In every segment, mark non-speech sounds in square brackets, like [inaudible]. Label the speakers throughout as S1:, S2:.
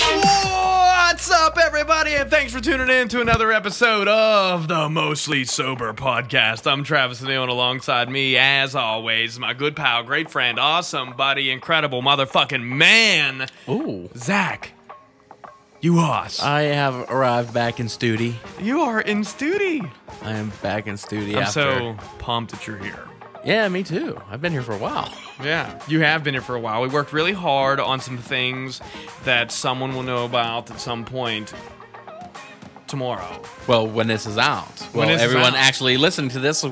S1: What's up, everybody, and thanks for tuning in to another episode of the Mostly Sober Podcast. I'm Travis Neal, and alongside me, as always, my good pal, great friend, awesome buddy, incredible motherfucking man,
S2: Ooh.
S1: Zach. You us.
S2: I have arrived back in Studi.
S1: you are in studio.
S2: I am back in Studi
S1: I'm
S2: after.
S1: so pumped that you're here.
S2: yeah, me too. I've been here for a while.
S1: Yeah, you have been here for a while. We worked really hard on some things that someone will know about at some point tomorrow.
S2: Well, when this is out, well,
S1: When this is
S2: everyone
S1: out.
S2: actually listening to this,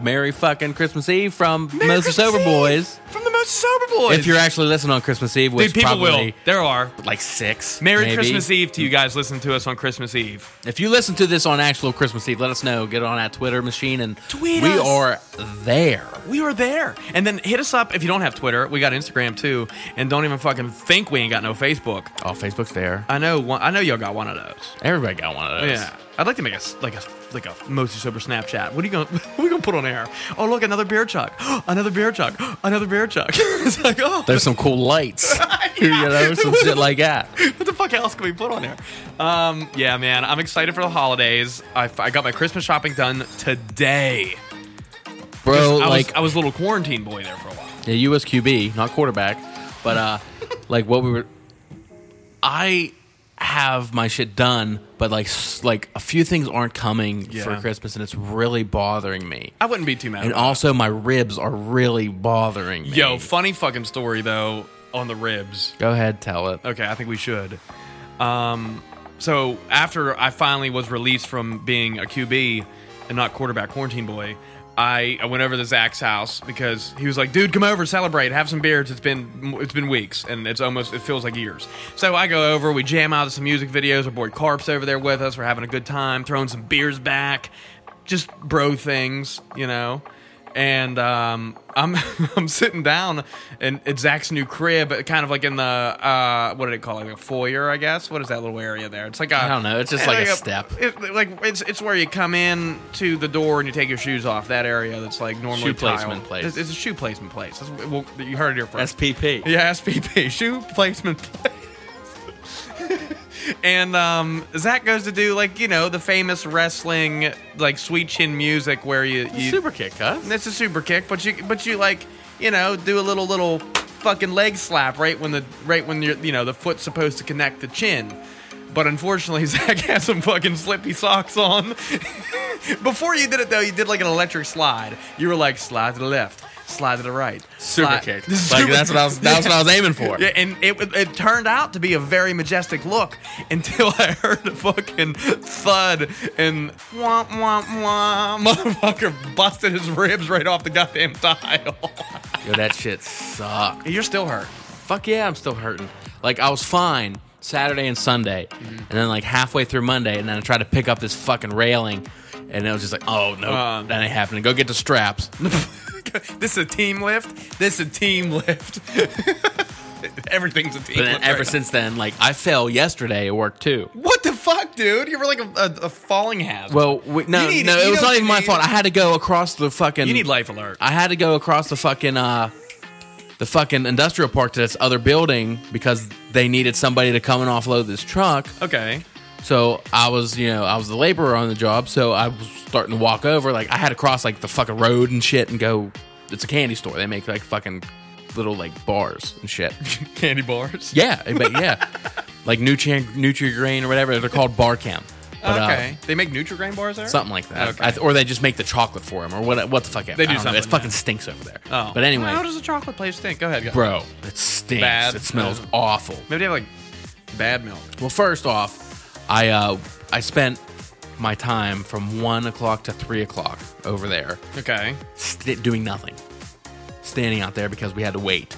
S2: merry fucking Christmas Eve from
S1: Merry
S2: Mostly
S1: Christmas
S2: Sober
S1: Eve
S2: Boys.
S1: From the most sober boys.
S2: If you're actually listening on Christmas Eve, which
S1: Dude, people
S2: probably
S1: will. There are.
S2: like six.
S1: Merry
S2: maybe.
S1: Christmas Eve to you guys listening to us on Christmas Eve.
S2: If you listen to this on actual Christmas Eve, let us know. Get on that Twitter machine and
S1: Tweet
S2: we
S1: us.
S2: are there.
S1: We were there. And then hit us up if you don't have Twitter. We got Instagram too. And don't even fucking think we ain't got no Facebook.
S2: Oh, Facebook's there.
S1: I know one, I know y'all got one of those.
S2: Everybody got one of those.
S1: Yeah. I'd like to make a s- like a like a mostly sober Snapchat. What are you gonna [laughs] what are we gonna put on air? Oh look, another beer chuck. [gasps] another beer chuck. [gasps] Another beer chuck. [laughs] it's like, oh
S2: There's some cool [laughs] lights. you know, some shit like that.
S1: [laughs] what the fuck else can we put on there? Um, yeah, man, I'm excited for the holidays. I, I got my Christmas shopping done today.
S2: Bro,
S1: I
S2: like
S1: was, I was a little quarantine boy there for a while.
S2: Yeah, you was QB, not quarterback.
S1: [laughs]
S2: But uh like what we were I have my shit done, but like s- like a few things aren't coming for
S1: Yeah.
S2: Christmas and it's really bothering me.
S1: I wouldn't be too mad.
S2: And
S1: about
S2: also my ribs are really bothering me.
S1: it. Yo, funny fucking story though on the ribs.
S2: go ahead tell it.
S1: Okay, I think we should. Um, so after I finally was released from being a QB and not quarterback quarantine boy, I, I went over to Zach's house because he was like, "Dude, come over, celebrate, have some beers. It's been it's been weeks, and it's almost it feels like years." So I go over, we jam out to some music videos. Our boy Carp's over there with us. We're having a good time, throwing some beers back, just bro things, you know. And um, I'm [laughs] I'm sitting down in, at Zach's new crib, kind of like in the uh, what did it call it, like a foyer, I guess. What is that little area there? It's like a,
S2: I don't know, it's just like a step.
S1: it, like it's it's where you come in to the door and you take your shoes off. That area that's like normally
S2: Shoe placement
S1: tiled.
S2: place.
S1: It's, it's a shoe placement place. That's, well, you heard it here first.
S2: SPP.
S1: Yeah, SPP, [laughs] shoe placement place. [laughs] and um, Zach goes to do like you know the famous wrestling like sweet chin music where you, you
S2: Super kick, huh?
S1: It's a super kick, but you but you like you know do a little little fucking leg slap right when the right when you're you know the foot's supposed to connect the chin. But unfortunately, [laughs] Zach has some fucking slippy socks on. Before you did it though, you did like an electric slide. You were like slide to the left, slide to the right,
S2: Super
S1: slide- [laughs]
S2: kick. Like
S1: Super-
S2: that's what I was that's what I was aiming for.
S1: [laughs] yeah, and it w- it turned out to be a very majestic look until I [laughs] heard a fucking thud and womp womp womp. [laughs] Motherfucker busted his ribs right off the goddamn tile. [laughs]
S2: Yo, that shit sucked.
S1: You're still hurt.
S2: fuck yeah, I'm still hurting. Like I was fine Saturday and Sunday, and then like halfway through Monday, and then I tried to pick up this fucking railing, and it was just like, oh no,
S1: Uh.
S2: that ain't happening. Go get the [laughs] straps.
S1: this is a team lift. This is a team lift. [laughs] Everything's a team
S2: But
S1: lift.
S2: then
S1: right
S2: ever
S1: now.
S2: since then, like I fell yesterday at work too.
S1: What the fuck, dude? You were like a, a, a falling hazard.
S2: Well, we, no,
S1: You need-
S2: no,
S1: you
S2: it was
S1: know
S2: not
S1: what
S2: even
S1: you
S2: my
S1: need.
S2: fault. I had to go across the fucking.
S1: you need life alert.
S2: I had to go across the fucking uh the fucking industrial park to this other building because they needed somebody to come and offload this truck.
S1: okay.
S2: So I was, you know, I was the laborer on the job, so I was starting to walk over. Like I had to cross like the fucking road and shit and go. It's a candy store. They make like fucking little like bars
S1: [laughs]
S2: and shit.
S1: [laughs] Candy bars.
S2: yeah, but yeah, like Nutri Nutri-Grain or whatever they're called, bar cam. But, uh,
S1: okay. they make Nutrigrain bars there?
S2: Something like that,
S1: Okay.
S2: I th- or they just make the chocolate for them, or what? What the fuck?
S1: They do
S2: Know. It
S1: something,
S2: fucking
S1: yeah.
S2: stinks over there.
S1: Oh.
S2: But anyway,
S1: How does a chocolate place think? Go ahead. Go.
S2: bro, it stinks.
S1: Bad.
S2: It smells awful.
S1: Maybe they have like bad milk.
S2: Well, first off, I uh, I spent my time from one o'clock to three o'clock over there
S1: Okay.
S2: st- doing nothing, standing out there because we had to wait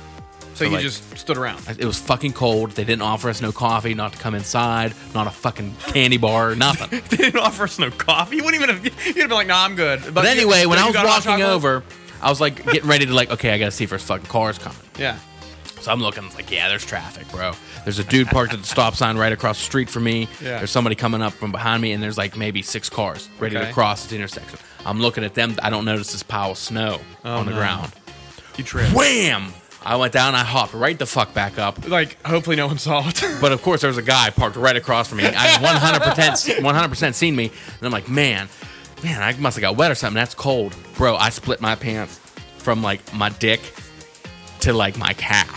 S1: So, you
S2: like-
S1: just stood around. [laughs]
S2: It was fucking cold. They didn't offer us no coffee, not to come inside, not a fucking candy bar,
S1: [laughs]
S2: nothing.
S1: They didn't offer us no coffee. You wouldn't even have, [laughs] you'd have been like, nah, I'm good.
S2: But
S1: you-
S2: anyway, when
S1: you
S2: I was
S1: got hot
S2: walking
S1: chocolate?
S2: over, I was like getting ready to like, okay, I gotta see if there's fucking cars coming.
S1: Yeah.
S2: So I'm looking, like, yeah, there's traffic, bro. There's a dude parked at the stop sign right across the street from me.
S1: Yeah.
S2: There's somebody coming up from behind me, and there's like maybe six cars ready
S1: Okay.
S2: to cross this intersection. I'm looking at them. I don't notice this pile of snow on the
S1: Oh, no.
S2: ground.
S1: You tripped.
S2: Wham! I went down. I hopped right the fuck back up.
S1: Like, hopefully no one saw it. [laughs]
S2: But of course, there was a guy parked right across from me. I 100 100 percent seen me, and I'm like, man, man, I must have got wet or something. That's cold, bro. I split my pants from like my dick to like my [laughs] calf.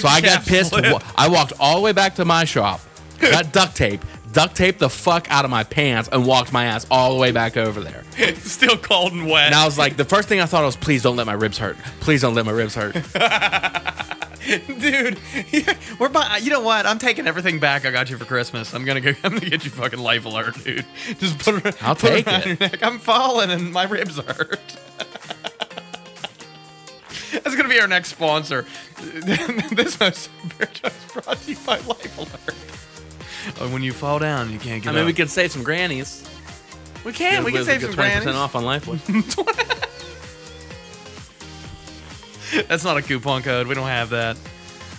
S2: So I got pissed. Wa- I walked all the way back to my shop, got duct tape, duct taped the fuck out of my pants, and walked my ass all the way back over there.
S1: Still cold and wet.
S2: And I was like, the first thing I thought was, please don't let my ribs hurt. Please don't let my ribs
S1: [laughs]
S2: hurt.
S1: dude, we're buy- You know what? I'm taking everything back. I got you for Christmas. I'm gonna go. [laughs] I'm gonna get you fucking life alert, dude. [laughs] Just put it.
S2: I'll
S1: put
S2: take
S1: around
S2: it.
S1: Your neck. I'm falling and my ribs hurt. [laughs] That's gonna be our next sponsor. [laughs] this most is brought to you by Life Alert. Uh, When you fall down, you can't get
S2: [laughs] I
S1: up.
S2: mean, we could save some grannies.
S1: we can. We can save some grannies.
S2: off on Lifewood.
S1: [laughs] [laughs] That's not a coupon code. We don't have that.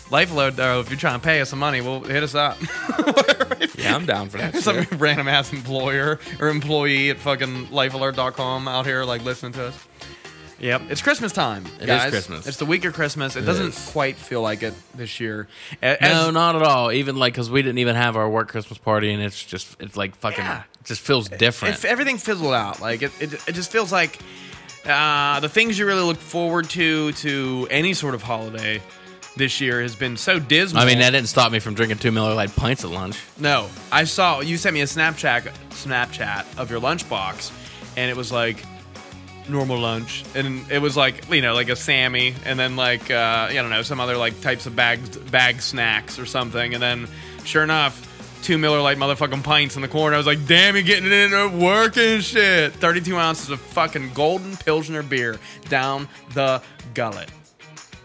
S1: Lifeload, though, if you're trying to pay us some money, well, hit us up.
S2: yeah, I'm down for that. shit.
S1: some [laughs] random ass employer or employee at fucking lifealert.com out here like listening to us. Yep, it's Christmas time.
S2: It is
S1: guys.
S2: Christmas.
S1: It's the week of Christmas. It, doesn't
S2: is.
S1: quite feel like it this year. A-
S2: No,
S1: as-
S2: not at all. Even like, cause we didn't even have our work Christmas party, and it's just, it's like fucking,
S1: Yeah.
S2: just feels different.
S1: If everything fizzled out, like it, it, it just feels like uh, the things you really look forward to to any sort of holiday this year has been so dismal.
S2: I mean, that didn't stop me from drinking two Miller Lite pints at lunch.
S1: No, I saw you sent me a Snapchat Snapchat of your lunchbox, and it was like normal lunch, and it was like you know like a Sammy, and then like uh, I don't know some other like types of bagged bag snacks or something, and then sure enough. Two Miller Lite motherfucking pints in the corner. I was like, damn, you're getting it in there working shit. 32 ounces of fucking golden Pilsner beer down the gullet.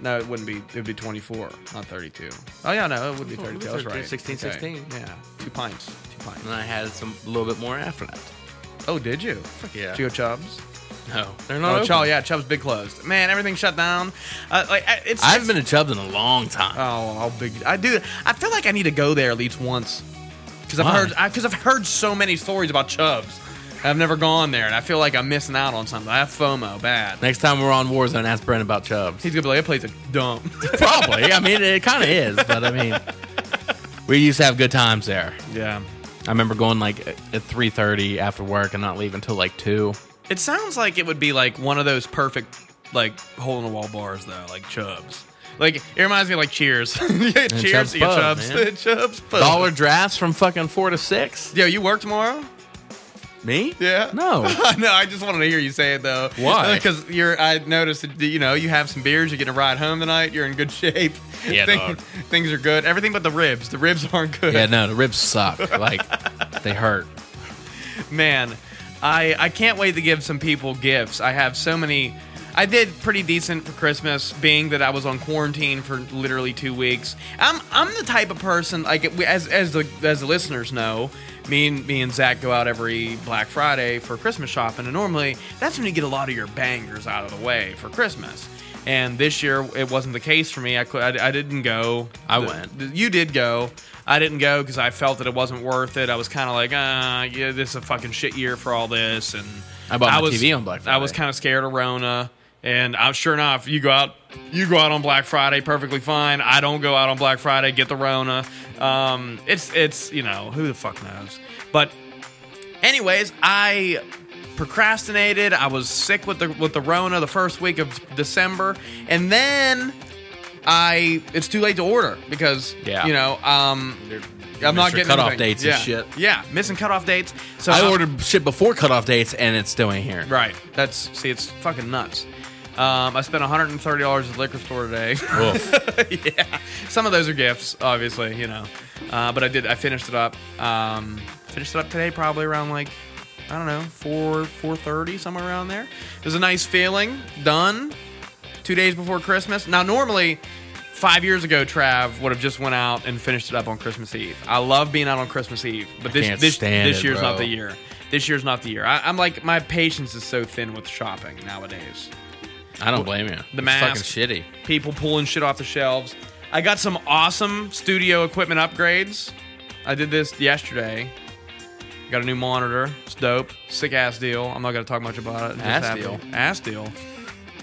S1: No, it wouldn't be. It would be 24, not 32. Oh, yeah, no, it would be 32. That's right.
S2: 16, 16.
S1: Yeah, two pints. Two pints.
S2: And I had some a little bit more after that.
S1: Oh, did you?
S2: yeah.
S1: Geo Chubbs.
S2: No, they're
S1: Oh,
S2: not.
S1: Chubb, yeah, Chubbs big closed. Man, everything shut down. Uh, like I- it's.
S2: I've been to Chubbs in a long time.
S1: Oh, how big. I do. I feel like I need to go there at least once. Because I've
S2: Why?
S1: heard. Because I've heard so many stories about Chubbs. I've never gone there, and I feel like I'm missing out on something. I have FOMO bad.
S2: Next time we're on Warzone, ask Brent about Chubbs.
S1: He's gonna be like, that place is
S2: [laughs]
S1: dump.
S2: Probably. I mean, it kind of is, but
S1: [laughs]
S2: I mean, we used to have good times there.
S1: yeah.
S2: I remember going like at three thirty after work and not leaving till like two.
S1: It sounds like it would be like one of those perfect like hole in the wall bars though, like Chubs. Like it reminds me of like Cheers. [laughs] yeah, cheers
S2: Chubb's
S1: to your
S2: Pub,
S1: Chubs. [laughs]
S2: man.
S1: Chubs Pub.
S2: Dollar drafts from fucking four to six.
S1: Yo, you work tomorrow?
S2: Me?
S1: Yeah. [laughs]
S2: No.
S1: no, I just wanted to hear you say it though. [laughs]
S2: Why?
S1: Because you're. I noticed that you know you have some beers. You're getting a ride home tonight. You're in good shape. [laughs]
S2: Yeah,
S1: Thing-
S2: dog.
S1: things are good. Everything but the ribs. The ribs [laughs] aren't good.
S2: Yeah, no, the ribs suck. Like they hurt.
S1: man i i can't wait to give some people gifts i have so many i did pretty decent for christmas being that i was on quarantine for literally two weeks i'm i'm the type of person like we- as as the as the listeners know me and me and zach go out every black friday for christmas shopping and normally that's when you get a lot of your bangers out of the way for christmas and this year it wasn't the case for me i cou- i, I didn't go
S2: I
S1: The-
S2: went.
S1: th- you did go. I didn't go because I felt that it wasn't worth it. I was kind of like, uh, yeah, this is a fucking shit year for all this. And
S2: I bought my
S1: was,
S2: TV on Black Friday.
S1: I was kind of scared of Rona. And I'm sure enough, you go out, you go out on Black Friday, perfectly fine. I don't go out on Black Friday, get the Rona. Um, it's it's you know who the fuck knows. But anyways, I procrastinated. I was sick with the with the Rona the first week of December, and then I it's too late to order because
S2: Yeah.
S1: you know um I'm not
S2: Mr.
S1: getting
S2: cutoff
S1: anything.
S2: dates
S1: yeah.
S2: and shit.
S1: Yeah, missing cutoff dates. So
S2: I
S1: I'm-
S2: ordered shit before cutoff dates and it still ain't here.
S1: Right. That's see, it's fucking nuts. Um, I spent 130 dollars at the liquor store today. [laughs] yeah, some of those are gifts, obviously, you know. Uh, but I did. I finished it up. Um, finished it up today, probably around like I don't know, four four thirty, somewhere around there. It was a nice feeling. Done. two days before Christmas. Now, normally, five years ago, Trav would have just went out and finished it up on Christmas Eve. I love being out on Christmas Eve, but this
S2: can't
S1: this
S2: stand
S1: this
S2: it,
S1: year's not
S2: bro.
S1: the year. This year's not the year. I, I'm like my patience is so thin with shopping nowadays.
S2: I don't blame you.
S1: The
S2: It's
S1: mask. [laughs]
S2: fucking shitty.
S1: People pulling shit off the shelves. I got some awesome studio equipment upgrades. I did this yesterday. Got a new monitor. It's dope. Sick ass deal. I'm not gonna talk much about it. It just
S2: Ass
S1: happened.
S2: deal.
S1: Ass deal.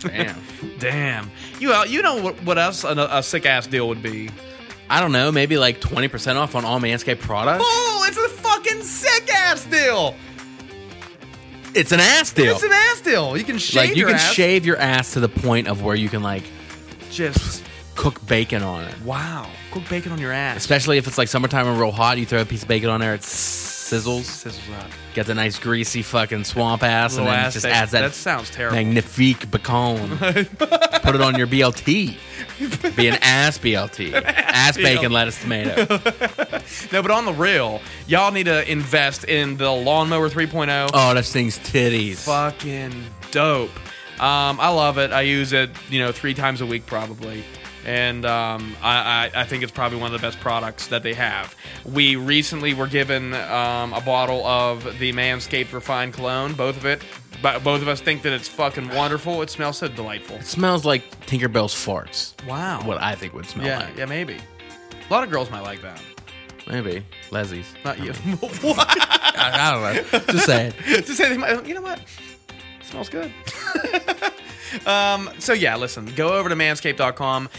S2: Damn.
S1: Damn. You out- you know what, what else an- a, sick ass deal would be?
S2: I don't know. Maybe like twenty percent off on all Manscaped products.
S1: Oh, it's a fucking sick ass deal.
S2: It's an ass deal.
S1: It's an ass deal. You can shave.
S2: like you
S1: your
S2: can
S1: ass.
S2: shave your ass to the point of where you can like
S1: Just
S2: cook bacon on it.
S1: wow. Cook bacon on your ass.
S2: Especially if it's like summertime and real hot, you throw a piece of bacon on there, it sizzles.
S1: Sizzles up.
S2: Got the nice greasy fucking swamp ass, and
S1: Little
S2: then it
S1: ass
S2: just
S1: that-
S2: adds that.
S1: that sounds terrible.
S2: Magnifique [laughs] bacon. Put it on your BLT. Be an ass BLT. [laughs] ass bacon, lettuce, tomato.
S1: No, but on the real, y'all need to invest in the lawnmower 3.0.
S2: Oh, that thing's titties.
S1: Fucking dope. Um, I love it. I use it, you know, three times a week probably. And um, I, I, I think it's probably one of the best products that they have. We recently were given um, a bottle of the Manscaped Refined Cologne, both of it. But both of us think that it's fucking wonderful. It smells so delightful.
S2: Smells like Tinkerbell's farts.
S1: Wow.
S2: What I think would smell
S1: yeah,
S2: like.
S1: yeah, maybe. A lot of girls might like that.
S2: Maybe. Leslie's.
S1: Not you.
S2: [laughs] I, I don't know. Just saying.
S1: [laughs] to say they might, you know what? smells good. [laughs] um, so yeah, listen, go over to manscaped.com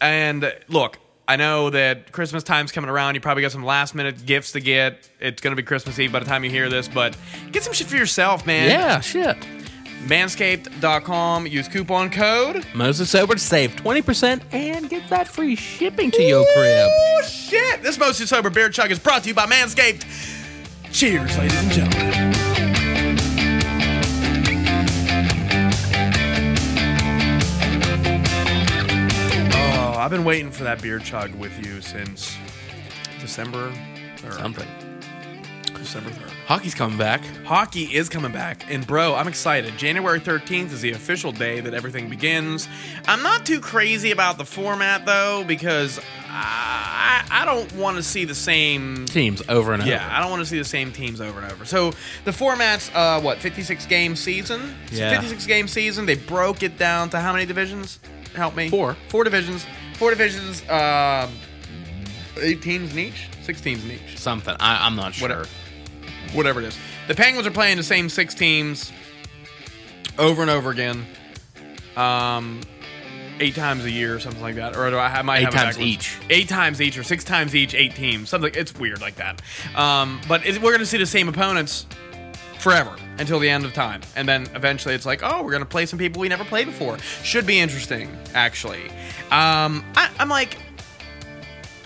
S1: and look, I know that Christmas time's coming around. You probably got some last minute gifts to get. It's going to be Christmas Eve by the time you hear this, but get some shit for yourself, man.
S2: [laughs] Yeah, shit.
S1: Manscaped.com, use coupon code.
S2: Moses Sober to save 20% and get that free shipping to your crib.
S1: Oh, shit. This Mostly Sober Beer Chug is brought to you by Manscaped. Cheers, ladies and gentlemen. Oh, I've been waiting for that beer chug with you since December or
S2: Something.
S1: December 3rd.
S2: Hockey's coming back.
S1: Hockey is coming back, and bro, I'm excited. January 13th is the official day that everything begins. I'm not too crazy about the format though, because I, I I don't want to see the same
S2: Teams over and over.
S1: yeah, I don't want to see the same teams over and over. So the format's uh, what fifty six game season. It's a
S2: Yeah.
S1: fifty six game season. They broke it down to how many divisions? Help me.
S2: Four.
S1: Four divisions. Four divisions. Uh, eight teams in each. Six teams in each.
S2: Something. I, I'm not sure.
S1: Whatever. Whatever it is. The Penguins are playing the same six teams over and over again. Um. Eight times a year, or something like that, or do I have my
S2: Eight
S1: have it
S2: times
S1: backwards?
S2: each.
S1: eight times each or six times each, eight teams. Something it's weird like that. Um, but it, we're going to see the same opponents forever until the end of time, and then eventually it's like, oh, we're going to play some people we never played before. Should be interesting, actually. Um, I, I'm like,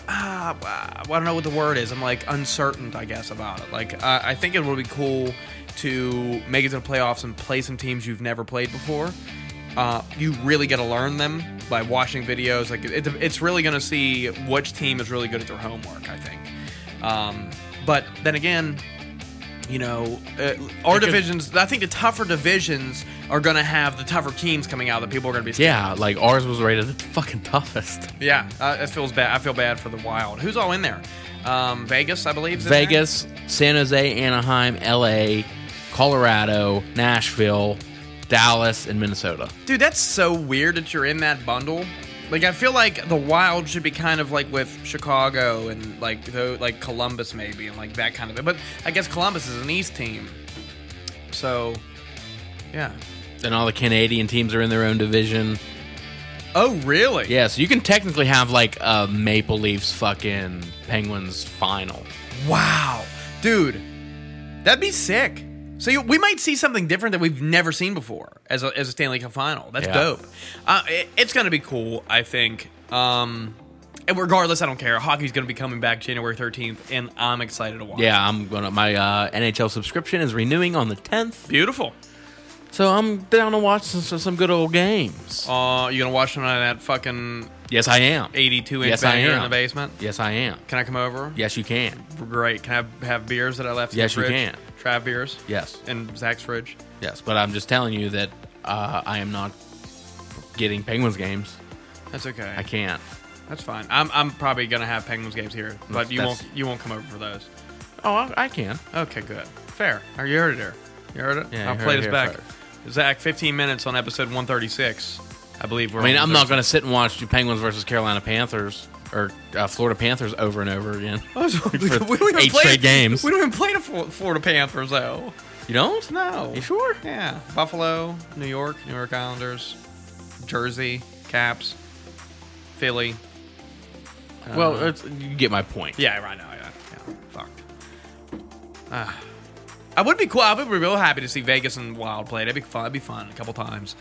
S1: ah, I don't know what the word is. I'm like uncertain, I guess, about it. Like uh, I think it would be cool to make it to the playoffs and play some teams you've never played before. Uh, you really got to learn them by watching videos. Like it, it's really going to see which team is really good at their homework. I think. Um, but then again, you know, uh, our divisions. I think the tougher divisions are going to have the tougher teams coming out that people are going to be. scared
S2: Yeah, like ours was rated the fucking toughest.
S1: yeah, uh, it feels bad. I feel bad for the Wild. Who's all in there? Um, Vegas, I believe. is in there?
S2: Vegas, San Jose, Anaheim, LA, Colorado, Nashville, Dallas, and Minnesota.
S1: dude, that's so weird that you're in that bundle. Like, I feel like the Wild should be kind of like with Chicago and like the, like Columbus maybe and like that kind of thing. But I guess Columbus is an East team, so yeah.
S2: And all the Canadian teams are in their own division.
S1: Oh, really?
S2: Yeah, so you can technically have like a Maple Leafs fucking Penguins final.
S1: Wow, dude, that'd be sick. So you, we might see something different that we've never seen before as a, as a Stanley Cup final. That's
S2: Yeah.
S1: dope. Uh, it- it's gonna be cool, I think. Um, and regardless, I don't care. Hockey's gonna be coming back January thirteenth, and I'm excited to watch.
S2: Yeah, I'm gonna my uh, NHL subscription is renewing on the 10th,
S1: beautiful.
S2: so I'm down to watch some, some good old games.
S1: Uh, you gonna watch some of that fucking
S2: Yes, I am.
S1: eighty-two inch
S2: Yes, I
S1: banger in
S2: am.
S1: the basement?
S2: Yes, I am.
S1: Can I come over?
S2: Yes, you can.
S1: Great. Can I have, have beers that I left?
S2: Yes,
S1: in
S2: you
S1: the fridge?
S2: can.
S1: Trav beers.
S2: Yes.
S1: And Zach's fridge.
S2: Yes, but I'm just telling you that uh, I am not getting Penguins games.
S1: That's okay.
S2: I can't.
S1: That's fine. I'm, I'm probably gonna have Penguins games here, but you
S2: That's-
S1: won't you won't come over for those.
S2: Oh, I, I can.
S1: Okay, good. Fair. Are you heard it here? You heard it?
S2: Yeah, you
S1: I'll
S2: heard
S1: play
S2: it
S1: this
S2: here
S1: back. Zach, 15 minutes on episode 136. I believe we're.
S2: I mean, I'm not going to sit and watch the Penguins versus Carolina Panthers or uh, Florida Panthers over and over again. for
S1: [laughs] we don't even
S2: eight
S1: play,
S2: straight games.
S1: We don't even play the Flo- Florida Panthers though.
S2: You don't?
S1: No.
S2: You sure?
S1: Yeah. Buffalo, New York, New York Islanders, Jersey, Caps, Philly. I
S2: Uh, well,
S1: don't know.
S2: it's, you get my point.
S1: yeah, right now, yeah, yeah. Fucked. Ah. I would be cool. I would be real happy to see Vegas and Wild play. That'd be fun. That'd be fun a couple times.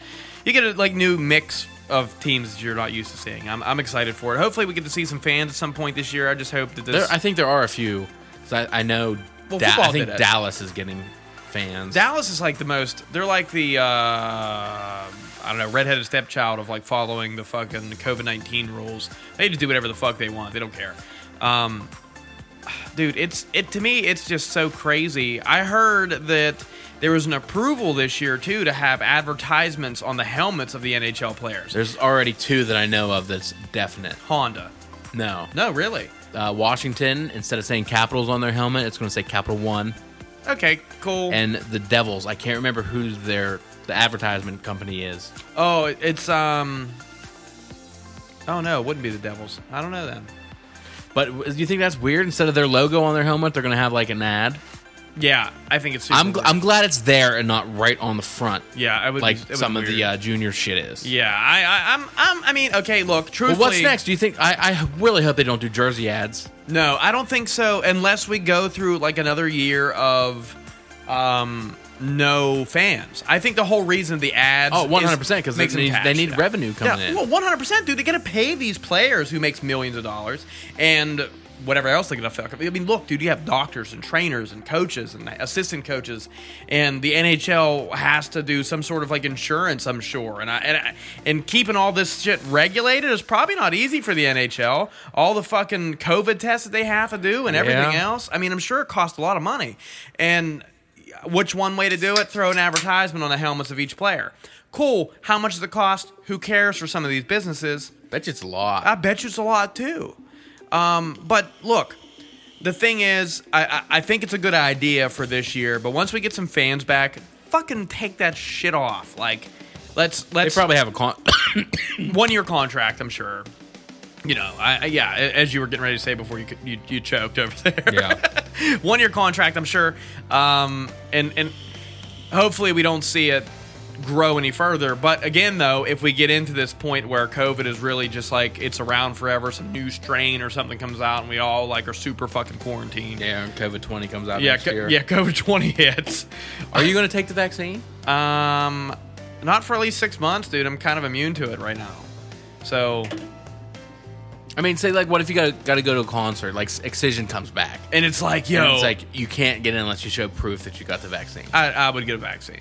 S1: You get a like new mix of teams that you're not used to seeing. I'm, I'm excited for it. Hopefully, we get to see some fans at some point this year. I just hope that this.
S2: There, I think there are a few. 'cause I, I know.
S1: Well,
S2: Da-
S1: football
S2: I think
S1: did it.
S2: Dallas is getting fans.
S1: Dallas is like the most. They're like the uh, I don't know, redheaded stepchild of like following the fucking COVID nineteen rules. They just do whatever the fuck they want. They don't care. Um, dude, it's it to me. It's just so crazy. I heard that there was an approval this year too to have advertisements on the helmets of the NHL players.
S2: There's already two that I know of that's definite.
S1: Honda.
S2: No.
S1: No, really.
S2: Uh, Washington, instead of saying capitals on their helmet, it's going to say Capital One.
S1: Okay, cool.
S2: And the Devils, I can't remember who their the advertisement company is.
S1: oh, it's um. Oh no, it wouldn't be the Devils. I don't know them.
S2: But w- do you think that's weird? Instead of their logo on their helmet, they're going to have like an ad.
S1: Yeah, I think it's. super
S2: I'm gl-
S1: weird.
S2: I'm glad it's there and not right on the front
S1: Yeah, I would
S2: like
S1: it would
S2: some
S1: be
S2: of the
S1: weird.
S2: uh, junior shit is.
S1: yeah, I, I, I'm, I'm, I mean, okay, look,
S2: Well,
S1: truthfully,
S2: what's next? Do you think? I, I really hope they don't do jersey ads.
S1: No, I don't think so. Unless we go through like another year of, um, no fans. I think the whole reason the ads.
S2: Oh,
S1: is-
S2: 100%, 'cause they
S1: makes them
S2: need-
S1: cash,
S2: they need revenue coming
S1: yeah,
S2: in.
S1: Well, one hundred percent, dude. They got to pay these players who makes millions of dollars and whatever else they got to fuck. up. I mean, look, dude, you have doctors and trainers and coaches and assistant coaches, and the NHL has to do some sort of like insurance, I'm sure. And I, and I, and keeping all this shit regulated is probably not easy for the NHL. All the fucking COVID tests that they have to do and everything
S2: Yeah.
S1: else. I mean, I'm sure it costs a lot of money, and which one way to do it? Throw an advertisement on the helmets of each player. Cool. How much does it cost? Who cares for some of these businesses?
S2: Bet you it's a lot.
S1: I bet you it's a lot too. Um, but look, the thing is, I, I, I think it's a good idea for this year. But once we get some fans back, fucking take that shit off. Like, let's
S2: they
S1: let's
S2: probably have a con. [laughs]
S1: one year contract. I'm sure. You know, I, I yeah. a- As you were getting ready to say before you c- you, you choked over there.
S2: yeah.
S1: one year contract, I'm sure. Um, and and hopefully we don't see it grow any further. But again, though, if we get into this point where COVID is really just like it's around forever, some new strain or something comes out, and we all like are super fucking quarantined.
S2: Yeah. and COVID twenty comes out.
S1: Yeah,
S2: next
S1: co-
S2: year.
S1: yeah, COVID twenty hits.
S2: Are you going to take the vaccine?
S1: Um, not for at least six months, dude. I'm kind of immune to it right now. So,
S2: I mean, say like, what if you got got to go to a concert? Like, Excision comes back,
S1: and it's like,
S2: and
S1: yo,
S2: it's like you can't get in unless you show proof that you got the vaccine.
S1: I, I would get a vaccine.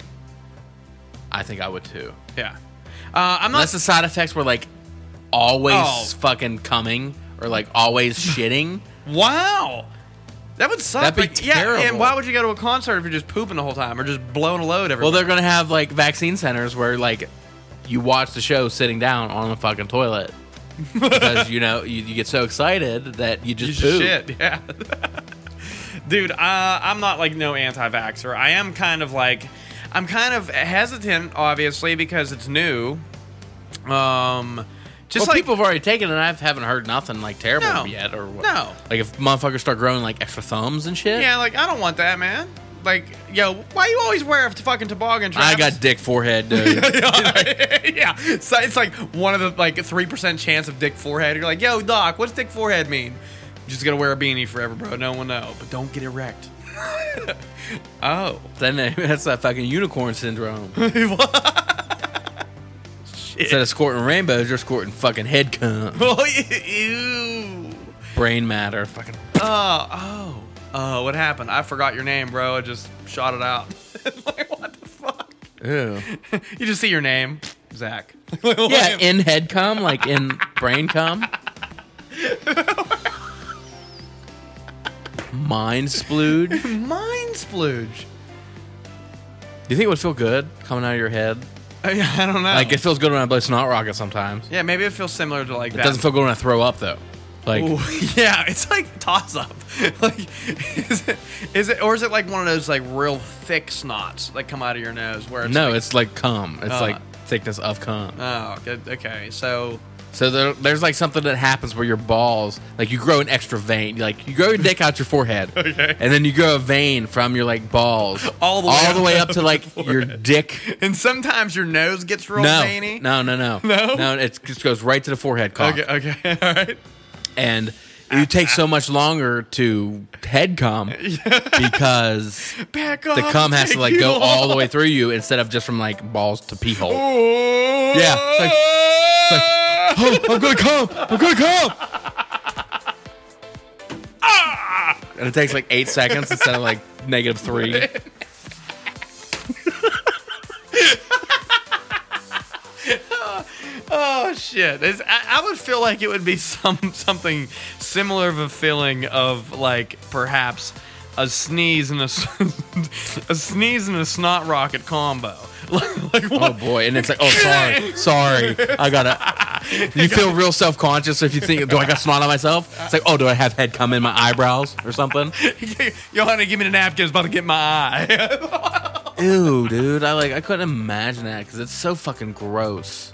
S2: I think I would too.
S1: Yeah, uh, I'm not.
S2: Unless the side effects were like always
S1: Oh.
S2: fucking coming or like
S1: [laughs]
S2: always shitting.
S1: Wow. That would suck.
S2: That'd be
S1: Like, Yeah, and
S2: terrible.
S1: why would you go to a concert if you're just pooping the whole time or just blowing a load every
S2: Well, they're gonna have like vaccine centers where like you watch the show sitting down on the fucking toilet
S1: [laughs]
S2: because you know you, you get so excited that you just, poop.
S1: shit. [laughs] Yeah. Dude, uh, I'm not like no anti vaxxer. I am kind of like, I'm kind of hesitant, obviously, because it's new. Um,
S2: Well,
S1: just like
S2: people have already taken it, and I haven't heard nothing like terrible
S1: No.
S2: yet or what.
S1: No.
S2: Like if motherfuckers start growing like extra thumbs and shit.
S1: yeah, like I don't want that, man. Like, yo, why you always wear a fucking toboggan?
S2: I
S1: Travis?
S2: got dick
S1: [laughs]
S2: forehead, dude.
S1: yeah. So it's like one of the like three percent chance of dick forehead. You're like, yo, doc, what's dick forehead mean? Just gotta wear a beanie forever, bro. No one know. But don't get erect. [laughs] oh. [laughs]
S2: then they- [laughs] that's that fucking unicorn syndrome. Instead of squirting rainbows, you're squirting fucking
S1: [laughs]
S2: head cum,
S1: Ew.
S2: brain matter, fucking
S1: Oh, oh. Oh, what happened? I forgot your name, bro. I just shot it out. [laughs] like, what the fuck?
S2: ew.
S1: [laughs] You just see your name, Zach.
S2: Yeah, in head cum, like in
S1: [laughs]
S2: brain cum.
S1: [laughs]
S2: Mind splooge. Do
S1: Mind splooge.
S2: you think it would feel good coming out of your head?
S1: [laughs] Yeah, I don't know.
S2: Like it feels good when I blow snot rocket sometimes.
S1: yeah, maybe it feels similar to like
S2: It
S1: that.
S2: doesn't feel good when I throw up though. Like
S1: Ooh, [laughs] yeah, it's like toss up. [laughs] like, is it, is it, or is it like one of those like real thick snots that come out of your nose? Where it's
S2: no,
S1: like,
S2: it's like cum. It's
S1: Uh.
S2: like thickness of cum.
S1: oh, good, okay, so
S2: So there, there's like something that happens where your balls, like you grow an extra vein, like you grow your dick out your
S1: [laughs]
S2: forehead, okay. and then you grow a vein from your like balls
S1: All the way up
S2: all the way
S1: to
S2: up to like your dick.
S1: and sometimes your nose gets real
S2: No,
S1: veiny.
S2: no, no, no,
S1: No?
S2: no. It just goes right to the forehead cock,
S1: Okay, okay, [laughs] all right.
S2: and you take so much longer to
S1: [laughs]
S2: head cum because
S1: Back off.
S2: the cum has to
S1: take
S2: like
S1: you
S2: go all the
S1: off.
S2: way through you instead of just from like balls to pee hole.
S1: Yeah.
S2: it's like- oh, I'm gonna come. I'm gonna come. And it takes like eight seconds instead of like negative three.
S1: oh shit! It's, I, I would feel like it would be [laughs] some something similar of a feeling of like perhaps a sneeze and a s- [laughs] a sneeze and a snot rocket combo. [laughs] like, like
S2: Oh
S1: what? [laughs]
S2: boy! And it's like, oh sorry, sorry, I gotta. You feel real self conscious if you think, do I got snot on myself? It's like, oh, do I have head cum in my eyebrows or something?
S1: Yo, honey, give me the napkin. It's about to get my eye. [laughs]
S2: Ew, dude! I like, I couldn't imagine that because it's so fucking gross.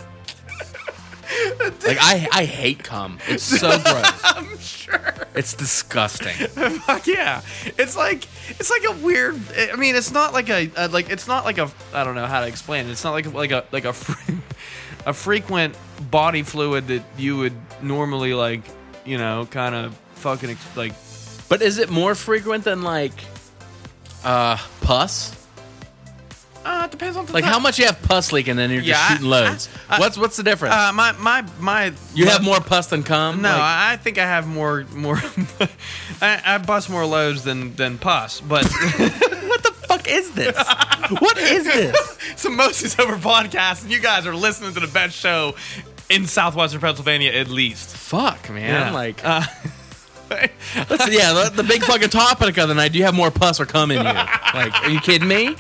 S2: Like I, I hate cum. It's so gross.
S1: [laughs] I'm sure.
S2: It's disgusting.
S1: Fuck [laughs] yeah. It's like it's like a weird. I mean, it's not like a, a like it's not like a I don't know how to explain it. It's not like like a like a fre- [laughs] a frequent body fluid that you would normally like you know kind of fucking ex- like
S2: But is it more frequent than like uh pus?
S1: uh it depends on the
S2: Like how much you have pus leaking, then you're just
S1: Yeah, I-
S2: shooting loads.
S1: I- I-
S2: what's what's the difference?
S1: uh my my my
S2: you have more pus than cum.
S1: No,
S2: Like,
S1: I I think I have more more. [laughs] I, I bust more loads than than pus, but
S2: fuck
S1: [laughs]
S2: is this? what is this?
S1: It's a mostly sober podcast, and you guys are listening to the best show in southwestern Pennsylvania, at least.
S2: Fuck, man. Like, [laughs]
S1: Uh, [laughs]
S2: let's, yeah, the, the big fucking topic of the night. Do you have more pus or cum in you? Like, are you kidding me?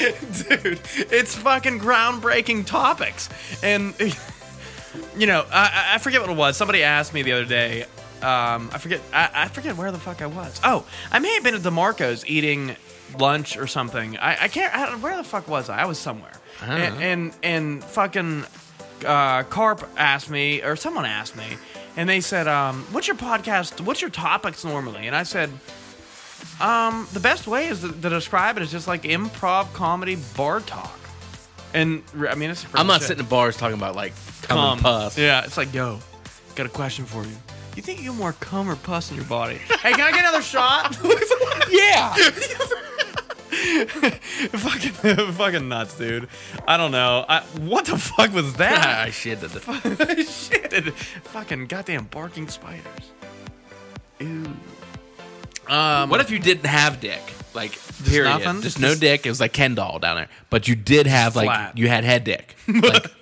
S1: dude, it's fucking groundbreaking topics, and [laughs] you know, I, I- I forget what it was. Somebody asked me the other day. Um, I forget. I, I forget where the fuck I was. Oh, I may have been at DeMarco's eating lunch or something. I, I can't. I, don't- where the fuck was I? I was somewhere.
S2: don't
S1: and,
S2: know.
S1: and and fucking uh, Carp asked me, or someone asked me, and they said, um, "What's your podcast? What's your topics normally?" And I said, um, "The best way is to, to describe it is just like improv comedy bar talk." And I mean, it's
S2: I'm not sitting in bars talking about like cum, and pus. [laughs]
S1: yeah, it's like, yo, got a question for you. You think you get more cum or pus in your body? [laughs] hey, can I get another [laughs] shot? yeah. [laughs] fucking, [laughs] fucking nuts, dude. I don't know. I, what the fuck was [laughs]
S2: Ah,
S1: that?
S2: shit. That the,
S1: Shit. [laughs] Fucking goddamn barking spiders. Ew. Um,
S2: what if you didn't have dick? Like, period.
S1: nothing?
S2: Just no dick. It was like Ken doll down there. But you did have like
S1: Flat.
S2: you had
S1: [laughs]
S2: head dick. Like,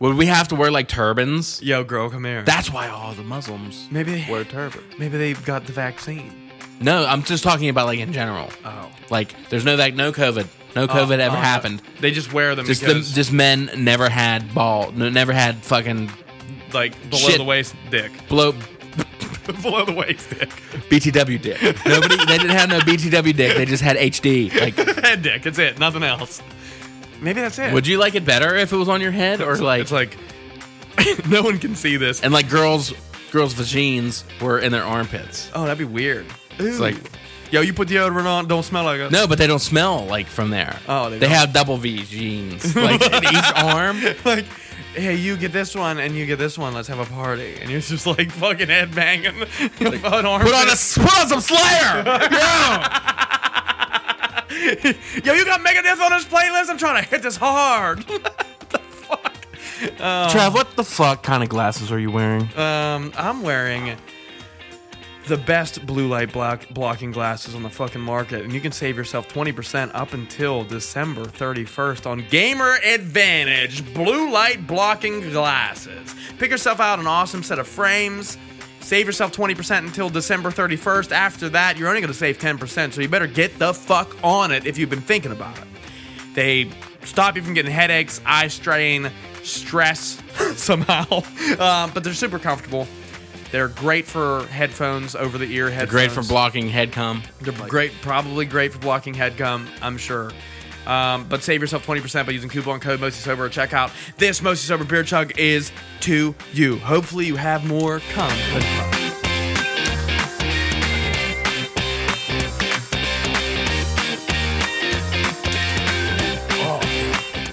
S2: would we have to wear like turbans?
S1: Yo, girl, come here.
S2: That's why all the Muslims
S1: Maybe they-
S2: wear turbans.
S1: Maybe they got the vaccine.
S2: No, I'm just talking about like in general.
S1: Oh.
S2: Like there's no like no COVID, no COVID ever
S1: Oh,
S2: happened.
S1: They just wear them
S2: Just the,
S1: because,
S2: just men never had ball, no, never had fucking
S1: like, below
S2: Shit.
S1: the waist dick. [laughs]
S2: blow
S1: below the waist dick.
S2: BTW dick. Nobody, they didn't have no BTW dick. They just had HD. Like,
S1: head dick. That's it. Nothing else. Maybe that's it.
S2: would you like it better if it was on your head or like,
S1: It's like [laughs] no one can see this.
S2: and like girls, girls' vagines were in their armpits.
S1: oh, that'd be weird.
S2: It's like
S1: yo, you put deodorant on. Don't smell like a.
S2: no, but they don't smell like from there.
S1: Oh, they
S2: they,
S1: don't.
S2: have double V jeans like
S1: [laughs]
S2: in each arm.
S1: [laughs] Like, hey, you get this one and you get this one. Let's have a party. And you're just like fucking head banging. [laughs] Like, arm
S2: Put on a put on some Slayer.
S1: yo, you got Megadeth on this playlist. I'm trying to hit this hard.
S2: [laughs] Trav, what the fuck kind of glasses are you wearing?
S1: Um, I'm wearing the best blue light block blocking glasses on the fucking market, and you can save yourself 20% up until December 31st on Gamer Advantage blue light blocking glasses. Pick yourself out an awesome set of frames. Save yourself 20% until December 31st. After that, you're only going to save 10%, so you better get the fuck on it if you've been thinking about it. They stop you from getting headaches, eye strain, stress [laughs] somehow. Um, but they're super comfortable. They're great for headphones, over the ear headphones.
S2: Great for blocking head cum.
S1: They're great, probably great for blocking head gum, I'm sure. Um, but save yourself 20% by using coupon code Mostly Sober at checkout. This Mostly Sober beer chug is to you. Hopefully, you have more cum than fun.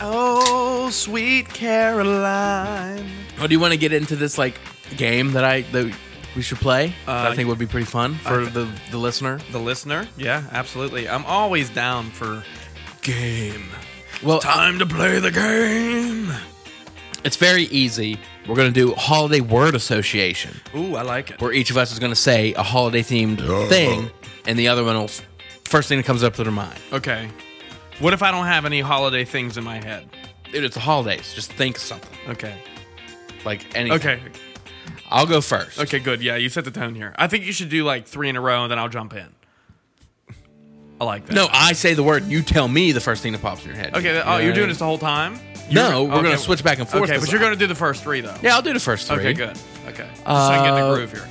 S1: Oh, Sweet Caroline.
S2: Oh, do you want to get into this like game that I that we should play?
S1: Uh,
S2: that I think would be pretty fun for the the listener.
S1: The listener? Yeah, absolutely. I'm always down for game.
S2: Well,
S1: Time to play the game.
S2: it's very easy. We're gonna do holiday word association,
S1: Ooh, I like it.
S2: where each of us is gonna say a holiday themed thing, and the other one will s- first thing that comes up to their mind.
S1: Okay. What if I don't have any holiday things in my head?
S2: Dude, it's the holidays. Just think something
S1: Okay.
S2: like anything.
S1: Okay.
S2: I'll go first.
S1: Okay, good. Yeah, you set the tone here. I think you should do like three in a row and then I'll jump in. I like that.
S2: No, I say the word. You tell me the first thing that pops in your head.
S1: Okay.
S2: You
S1: that-
S2: know
S1: Oh,
S2: what
S1: you're
S2: I
S1: doing
S2: mean?
S1: this the whole time?
S2: No, we're gonna
S1: okay.
S2: switch back and forth.
S1: Okay,
S2: 'cause
S1: but you're
S2: I-
S1: going to do the first three, though.
S2: Yeah, I'll do the first three.
S1: Okay, good. Okay. Just so I can get the
S2: Uh,
S1: groove here.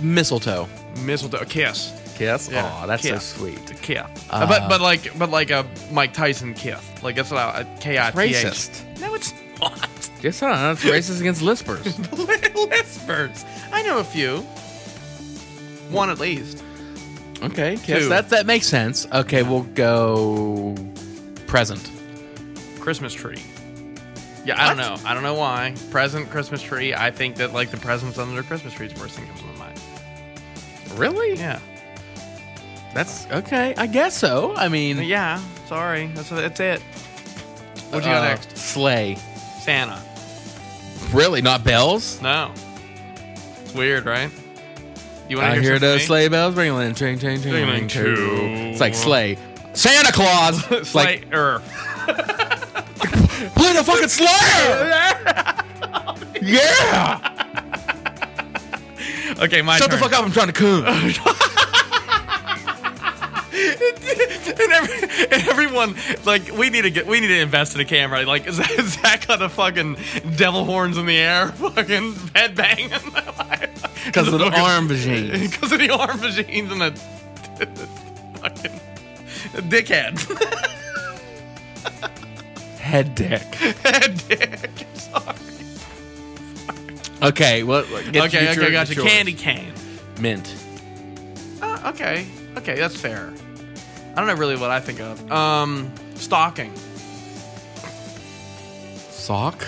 S2: Mistletoe.
S1: Mistletoe. Kiss.
S2: Kiss.
S1: Yeah.
S2: Aw, that's
S1: Kiss.
S2: so sweet. Uh,
S1: Kiff. but but like but like a Mike Tyson kiff. Like that's what I K I T H.
S2: Racist.
S1: No, it's not.
S2: Yes, sir.
S1: [laughs]
S2: That's racist against lispers.
S1: Lispers. I know a few. One at least.
S2: Okay, kiss.
S1: Two.
S2: That that makes sense. Okay, we'll go present.
S1: Christmas tree. Yeah, I don't know. I don't know why. Present Christmas tree. I think that like the presents under the Christmas tree is the first thing comes to my mind.
S2: Really?
S1: Yeah.
S2: That's okay. I guess so. I mean,
S1: Yeah. Sorry. That's that's it. What you got
S2: uh,
S1: next?
S2: Sleigh.
S1: Santa.
S2: Really? Not bells?
S1: No. It's weird, right? You want
S2: I
S1: to
S2: hear
S1: something?
S2: those sleigh bells ringing, ching, ching, ching,
S1: Ring,
S2: ring,
S1: ling,
S2: choo.
S1: choo.
S2: It's like sleigh. Santa Claus.
S1: [laughs]
S2: It's like
S1: Sleigh- er.
S2: play the
S1: [laughs]
S2: fucking Slayer. yeah.
S1: Okay, my
S2: Shut the fuck up! I'm trying
S1: [laughs]
S2: to coon.
S1: [laughs] and, every, and everyone like we need to get we need to invest in a camera. Like [laughs] is that, is that got the fucking devil horns in the air, [laughs] fucking head banging [laughs]
S2: Because of the
S1: Fucking-
S2: arm machine.
S1: [laughs] because of the arm machines and the [laughs] fucking dickhead. [laughs]
S2: Head dick.
S1: Dick. Sorry.
S2: Okay. Well. Get
S1: Okay,
S2: get
S1: okay, gotcha.
S2: get yours.
S1: Candy cane.
S2: Mint.
S1: Uh, okay, okay, that's fair. I don't know really what I think of. Um, [laughs] stocking.
S2: Sock.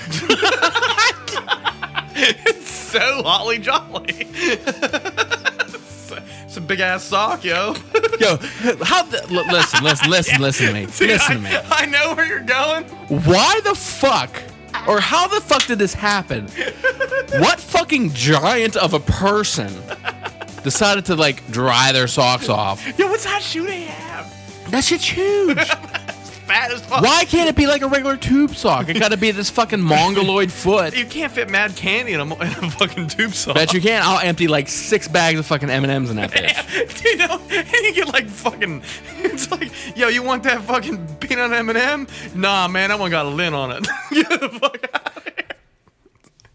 S1: so holly jolly. [laughs] it's, a- it's a big ass sock, yo.
S2: Yo, how the, l- listen,
S1: [laughs]
S2: listen, listen, listen to me. listen to me.
S1: I, I know where you're going.
S2: Why the fuck or how the fuck did this happen? What fucking giant of a person decided to like dry their socks off?
S1: Yo, what's that shoe they have?
S2: That shit's huge.
S1: Fat as fuck.
S2: [laughs] Why can't it be like a regular tube sock? It gotta be this fucking mongoloid
S1: [laughs]
S2: foot.
S1: You can't fit mad candy in a, mo- [laughs] in a fucking tube sock.
S2: Bet you can. I'll empty like six bags of fucking M&M's in that
S1: [laughs]
S2: bitch.
S1: Do you know? [laughs] And you get like fucking. [laughs] It's like, yo, you want that fucking peanut M and m Nah, man, that one got a lint on it. [laughs] get the fuck out. of here.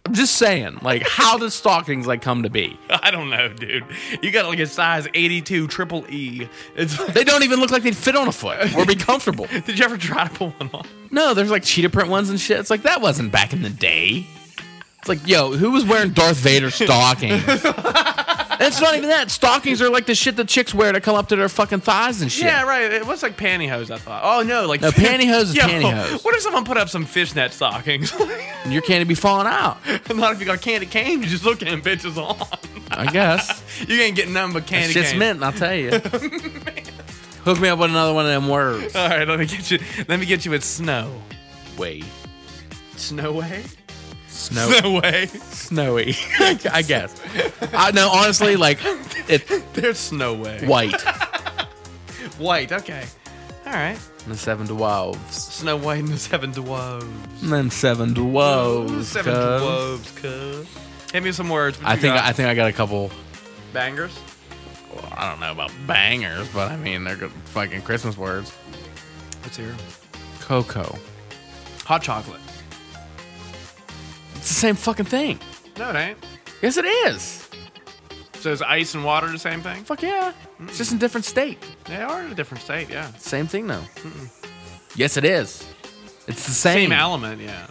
S2: I'm just saying, like, how does stockings like come to be?
S1: I don't know, dude. You got like a size 82 triple E. It's. [laughs]
S2: They don't even look like they'd fit on a foot or be comfortable.
S1: Did you ever try to put one on?
S2: No, there's like cheetah print ones and shit. It's like that wasn't back in the day. It's like, yo, who was wearing
S1: [laughs]
S2: Darth Vader stockings? and it's not even that. Stockings are like the shit the chicks wear to come up to their fucking thighs and shit.
S1: Yeah, right. It was like pantyhose. I thought. Oh no, like [laughs]
S2: No, pantyhose is pantyhose.
S1: What if someone put up some fishnet stockings? [laughs]
S2: And your candy be falling out,
S1: Not if you got candy cane. You're just looking at bitches on.
S2: I guess.
S1: You ain't getting nothing but [laughs] candy
S2: it's just
S1: cane.
S2: mint, I'll tell
S1: [laughs]
S2: you. Hook me up with another one of them words.
S1: All right, let me get you. Let me get you with snow.
S2: Wait.
S1: Snow way.
S2: Snow,
S1: Snow way. [laughs]
S2: snowy. I guess. I, no, honestly, like, it
S1: There's snow way.
S2: white.
S1: White. Okay. All right.
S2: And the seven dwarves.
S1: Snow White and the Seven Dwarves.
S2: And then seven dwarves.
S1: Seven
S2: cuz.
S1: Dwarves. Cuz. Hit me with some words. What
S2: I
S1: you
S2: think
S1: got?
S2: I think I got a couple.
S1: bangers.
S2: I don't know about bangers, but I mean they're good fucking Christmas words.
S1: Let's hear. 'em.
S2: cocoa.
S1: Hot chocolate.
S2: It's the same fucking thing.
S1: No, it ain't.
S2: Yes, it is.
S1: So is ice and water the same thing?
S2: Fuck yeah. It's just in a different state.
S1: They are in a different state, yeah.
S2: Same thing though. Yes, it is. It's the
S1: Same
S2: same.
S1: element, yeah.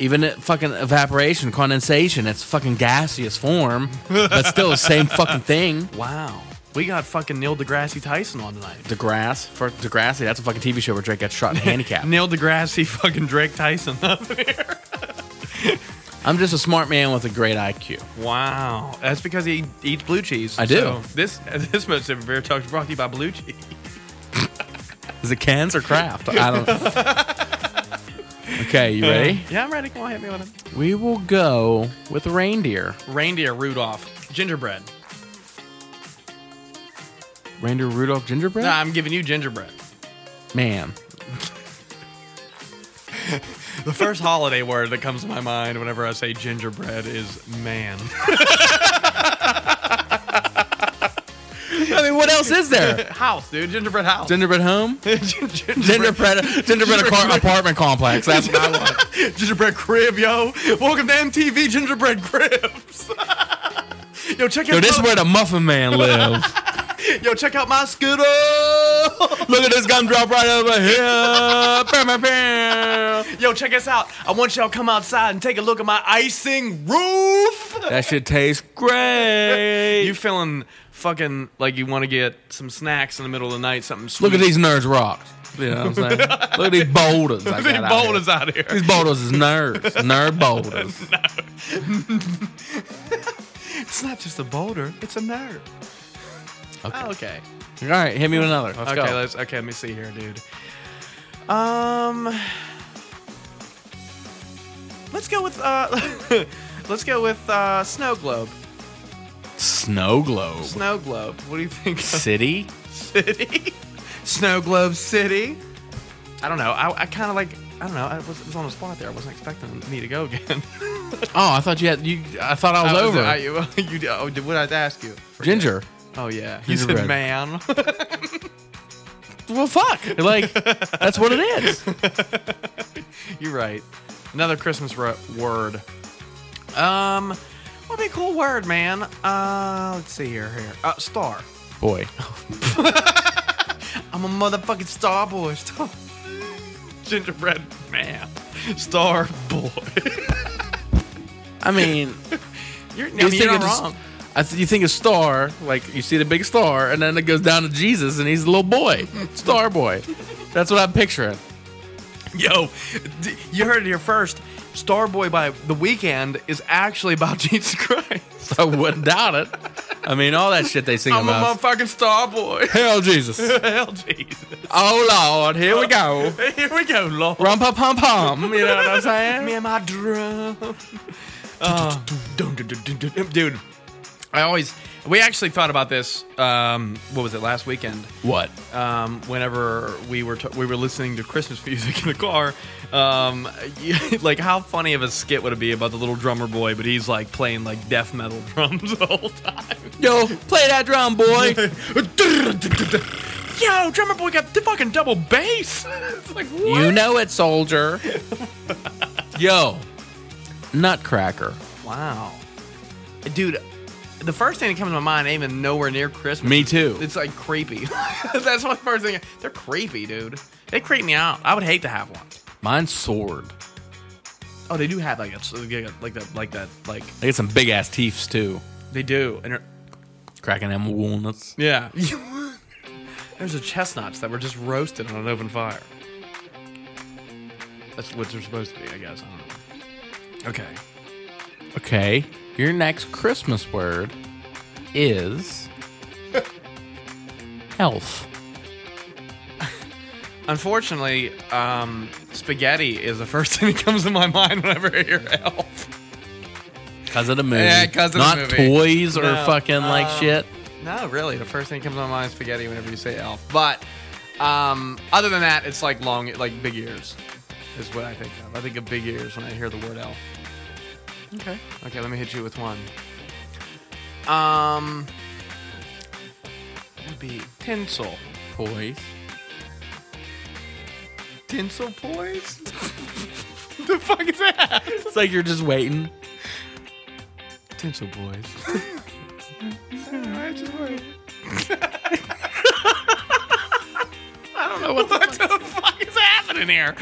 S2: Even at fucking evaporation, condensation. It's fucking gaseous form, but still the same fucking thing.
S1: Wow. We got fucking Neil deGrasse Tyson on tonight.
S2: DeGrasse, for DeGrasse, that's a fucking TV show where Drake gets shot in handicap.
S1: Neil deGrasse [laughs] fucking Drake Tyson [laughs] up here.
S2: I'm just a smart man with a great IQ.
S1: Wow. That's because he eats blue cheese.
S2: I do.
S1: So this [laughs] this much of Beer Talk is brought to you by blue cheese.
S2: Is it cans or craft? I [laughs] don't. okay, you ready?
S1: Yeah, I'm ready. Come on, hit me with
S2: We will go with reindeer.
S1: it. Reindeer Rudolph. Gingerbread.
S2: Reindeer Rudolph gingerbread.
S1: No, I'm giving you gingerbread.
S2: Man,
S1: The
S2: [laughs]
S1: first holiday word that comes to my mind whenever I say gingerbread is man.
S2: I mean, what else is there?
S1: house, dude. Gingerbread house.
S2: [laughs] Gingerbread home.
S1: [laughs] gingerbread.
S2: [laughs] Gingerbread, gingerbread apart- apartment complex. That's what I [laughs]
S1: [laughs]
S2: want.
S1: gingerbread crib, yo. Welcome to MTV Gingerbread Cribs. [laughs] yo, check out
S2: Yo, this is
S1: my-
S2: where the Muffin Man lives.
S1: yo, check out my scooter.
S2: [laughs] Look at this gumdrop right over [laughs] here. Bam, bam, bam.
S1: Yo, check us out. I want y'all to come outside and take a look at my icing roof.
S2: That should taste great.
S1: You feeling fucking like you want to get some snacks in the middle of the night, something sweet.
S2: Look at these nerds rocks. You know what I'm [laughs] saying? Look at these boulders. I
S1: These
S2: got out here.
S1: boulders out here.
S2: These boulders is nerds. [laughs] Nerd boulders.
S1: It's not just a boulder, it's a nerd. Okay. okay.
S2: All right, hit me with another. Let's
S1: okay,
S2: go.
S1: let's okay, let me see here, dude. Um Let's go with uh [laughs] let's go with uh snow globe.
S2: Snow globe.
S1: Snow globe. What do you think?
S2: City.
S1: City? Snow Globe City? I don't know. I, I kind of like, I don't know. I was, it was on the spot there. I wasn't expecting me to go again. [laughs]
S2: Oh, I thought you had you. I thought I was over.
S1: I, you, [laughs] you, oh, did- what did I ask you? Forget.
S2: Ginger.
S1: Oh, yeah. You said
S2: Gingerbread.
S1: man. [laughs]
S2: Well, fuck. Like that's what it is.
S1: You're right. Another Christmas ro- word. Um, what would be a cool word, man? Uh, let's see here. Here. Uh, star.
S2: [laughs] Boy.
S1: I'm a motherfucking star boy. [laughs] Star. Gingerbread man. Star boy. [laughs]
S2: I mean,
S1: You're, I mean,
S2: think
S1: you're not
S2: of just-
S1: wrong.
S2: I th- you think a star, like you see the big star, and then it goes down to Jesus, and he's a little boy, star boy. That's what I'm picturing.
S1: Yo, d- you heard it here first. Starboy by The Weekend is actually about [laughs] Jesus Christ.
S2: [laughs] I wouldn't doubt it. I mean, all that shit they sing
S1: I'm a
S2: about.
S1: motherfucking Starboy. [laughs]
S2: Hell, Jesus.
S1: Hell, Jesus. [laughs]
S2: Oh, Lord. Here we go.
S1: Here we go, Lord.
S2: Rum pum pum pum. You know what I'm saying?
S1: Me and my drum. Uh, dude, I always. We actually thought about this. Um, what was it last weekend?
S2: What?
S1: um, whenever we were t- we were listening to Christmas music [laughs] in the car. Um, [laughs] like how funny of a skit would it be about the little drummer boy, but he's like playing like death metal [laughs] drums the whole time.
S2: Yo, play that drum, boy. [laughs]
S1: Yo, drummer boy got the fucking double bass. [laughs] it's like what?
S2: you know it, soldier. Yo, nutcracker.
S1: Wow, dude. The first thing that comes to my mind ain't even nowhere near Christmas.
S2: Me too.
S1: It's like creepy. [laughs] That's my first thing. They're creepy, dude. They creep me out. I would hate to have one.
S2: Mine's sword.
S1: Oh, they do have like a like that like that like
S2: They get some big ass teeths, too.
S1: they do and. they're-
S2: Cracking them walnuts.
S1: Yeah. [laughs] There's the chestnuts that were just roasted on an open fire. That's what they're supposed to be, I guess. I don't know. Okay.
S2: Okay, your next Christmas word is elf.
S1: Unfortunately, um, spaghetti is the first [laughs] thing that comes to my mind whenever I hear elf.
S2: Cause of the movie,
S1: Yeah, 'cause of the
S2: not
S1: movie.
S2: toys or
S1: No,
S2: fucking like
S1: um,
S2: shit.
S1: No, really, the first thing that comes to my mind is spaghetti whenever you say elf. But um, other than that, it's like long, like big ears is what I think of. I think of big ears when I hear the word elf.
S2: Okay,
S1: Okay, let me hit you with one. Um, would be tinsel.
S2: toys.
S1: Tinsel poise? [laughs] the fuck is that?
S2: It's like you're just waiting.
S1: Tinsel poise. I just wait. I
S2: [laughs]
S1: don't know what, the, fuck. is happening here,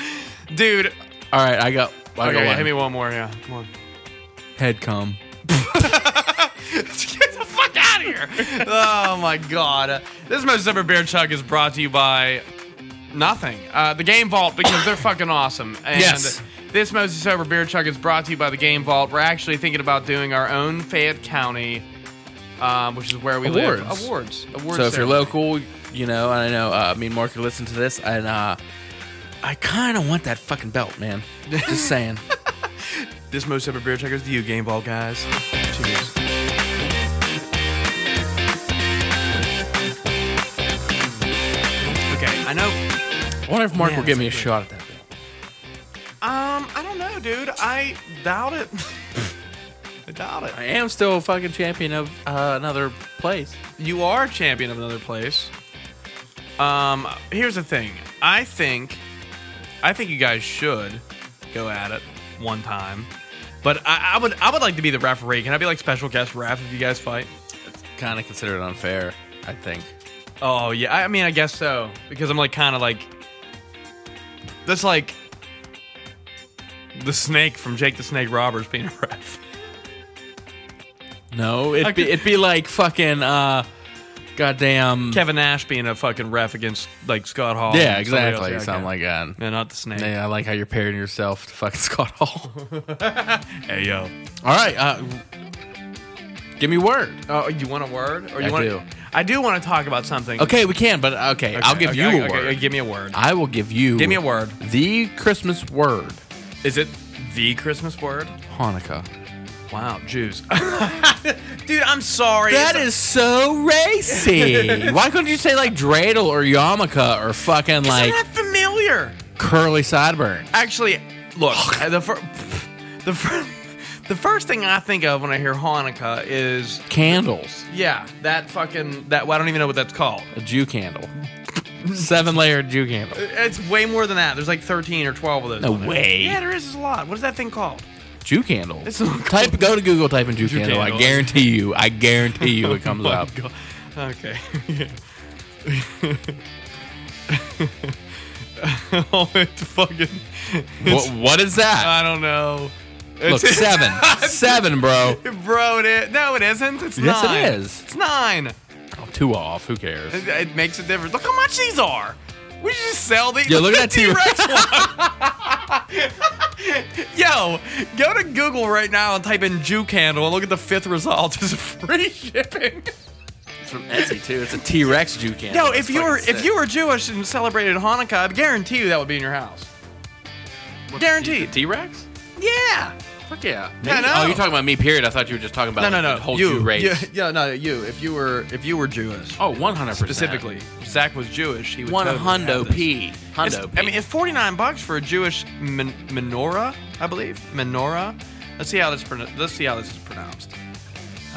S1: dude.
S2: All right, I got. I
S1: Okay,
S2: got
S1: hit me
S2: one.
S1: one more. Yeah, come
S2: [laughs]
S1: on. [laughs]
S2: Head cum.
S1: Get the fuck out of here! oh my god. This most ever beer chug is brought to you by nothing. Uh, the Game Vault because they're fucking
S2: [coughs]
S1: awesome. And
S2: Yes.
S1: This Moses Sober Beer Chug is brought to you by the Game Vault. We're actually thinking about doing our own Fayette County, um, which is where we live.
S2: Awards.
S1: Awards. Awards.
S2: So if you're
S1: ceremony.
S2: local, you know, I know. Uh, me and Mark are listening to this, and uh, I kind of want that fucking belt, man. [laughs] Just saying.
S1: This most ever beer chug is to you, Game Vault guys. Cheers. Okay, I know
S2: I wonder if Mark
S1: Man,
S2: will give me a
S1: that's
S2: shot at that. belt.
S1: Um, I don't know, dude. I doubt it. [laughs] I doubt it.
S2: I am still a fucking champion of uh, another place.
S1: You are champion of another place. Um, here's the thing. I think, I think you guys should go at it one time. But I, I would, I would like to be the referee. Can I be like special guest ref if you guys fight?
S2: Kind of considered unfair, I think.
S1: Oh yeah, I I mean I guess so because I'm like kind of like that's like the snake from Jake the Snake Roberts being a [laughs] ref.
S2: No, it'd
S1: I
S2: be
S1: could-
S2: it'd be like fucking uh, goddamn.
S1: Kevin Nash being a fucking ref against like Scott Hall.
S2: yeah,
S1: and somebody
S2: exactly.
S1: else. Yeah,
S2: Something
S1: okay.
S2: like that.
S1: Yeah, not the snake.
S2: Yeah, I like how you're pairing yourself to fucking [laughs] Scott Hall.
S1: Hey yo.
S2: All right, uh, give me word.
S1: Oh, you want a word? Or you
S2: I
S1: want?
S2: do.
S1: I do want to talk about something.
S2: Okay, we can, but okay,
S1: Okay,
S2: I'll give
S1: okay,
S2: you
S1: okay,
S2: a word.
S1: okay, give me a word.
S2: I will give you.
S1: Give me a word.
S2: The Christmas word,
S1: Is it the Christmas word?
S2: Hanukkah.
S1: Wow, Jews. [laughs] Dude, I'm sorry.
S2: That
S1: It's-
S2: is so
S1: [laughs]
S2: racy. Why couldn't you say like dreidel or yarmulke or fucking
S1: Isn't
S2: like
S1: that familiar?
S2: curly sideburn?
S1: Actually, look,
S2: [sighs]
S1: uh, the fir- the fir- the first thing I think of when I hear Hanukkah is
S2: Candles,
S1: yeah, that fucking that I don't even know what that's called.
S2: a
S1: [laughs]
S2: Jew candle, seven layered Jew candle.
S1: It's way more than that. There's like 13 or 12 of those.
S2: No
S1: on there.
S2: way.
S1: Yeah, there is a lot. What is that thing called?
S2: Jew candle.
S1: It's not
S2: type go to Google, type in Jew,
S1: Jew
S2: candle.
S1: candle.
S2: I guarantee you, I guarantee you,
S1: [laughs]
S2: it comes up.
S1: Oh, Okay. [laughs] oh, it's fucking.
S2: What, what is that?
S1: I don't know.
S2: Look, [laughs]
S1: It's- [laughs]
S2: seven, seven, bro.
S1: Bro, it is. No, it isn't. It's
S2: Yes, it
S1: nine.
S2: is.
S1: It's nine.
S2: Two off. Who cares?
S1: It, it makes a difference. Look how much these are. We should just sell these.
S2: Yeah, look at that
S1: T
S2: T-Rex.
S1: Rex one. [laughs] Yo, go to Google right now and type in Jew candle and look at the fifth result. [laughs] It's free shipping.
S2: It's from Etsy too. It's a T Rex Jew candle.
S1: Yo, if you were if you were Jewish and celebrated Hanukkah, I'd guarantee you that would be in your house. Guaranteed.
S2: T Rex,
S1: yeah.
S2: fuck yeah.
S1: I know.
S2: Oh, you're talking about me? Period. I thought you were just talking about
S1: No, no,
S2: like,
S1: no.
S2: the whole
S1: you,
S2: Jew race.
S1: Yeah, yeah, no, you. If you were if you were Jewish
S2: Oh, 100 percent
S1: specifically, Zach was Jewish. He would
S2: One
S1: totally
S2: hundo
S1: have this.
S2: p.
S1: It's-
S2: Hundo. P.
S1: I mean, it's 49 bucks for a Jewish min- menorah, I believe. Menorah. Let's see how this pronou- let's see how this is pronounced.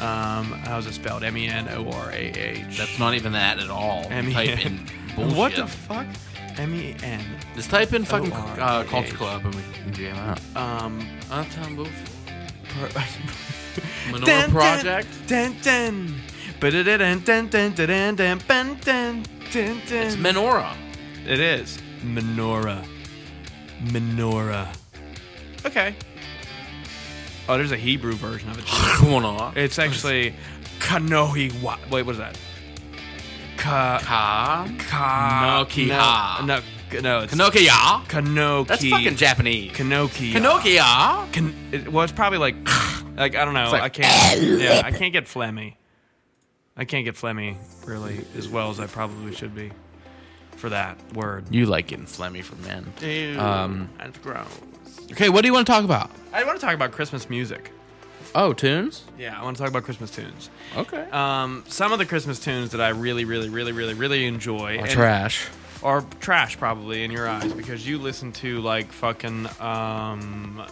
S1: Um, how's it spelled? M E N O R A H.
S2: that's not even that at all.
S1: M E
S2: type
S1: N.
S2: in [laughs] bullshit.
S1: What the fuck? M E N.
S2: Just type in fucking
S1: O-R-A-H.
S2: uh, Culture Club and we can jam out.
S1: Um.
S2: Uptown Bullshit.
S1: per-
S2: [laughs] Menorah
S1: Dun,
S2: Project.
S1: Dun, dun, dun. Ba-da-da-dun, dun, dun, da-dun, dun, bun, dun, dun, dun.
S2: It's [laughs] Menorah.
S1: It is. Menorah. Menorah. Okay. Oh, there's a Hebrew version of it. too.
S2: Come
S1: [sighs]
S2: on.
S1: It's actually Kanohi. Wa- Wait, what is that? Ka.
S2: Ka.
S1: Ka.
S2: Kanokiha.
S1: No, no, no, it's
S2: Kanokiya.
S1: Kanoki.
S2: That's fucking Japanese.
S1: Kanoki.
S2: Kanokiya.
S1: Can, it, well, it's probably [sighs] like, like I don't know. I can't. yeah, I can't get phlegmy. I can't get phlegmy really as well as I probably should be for that word.
S2: You like getting phlegmy from men.
S1: Ew,
S2: Um,
S1: that's gross.
S2: Okay, what do you want to talk about?
S1: I want to talk about Christmas music.
S2: Oh, tunes?
S1: Yeah, I want to talk about Christmas tunes.
S2: Okay.
S1: Um, some of the Christmas tunes that I really, really, really, really, really enjoy and
S2: trash.
S1: are trash probably in your eyes because you listen to like fucking um,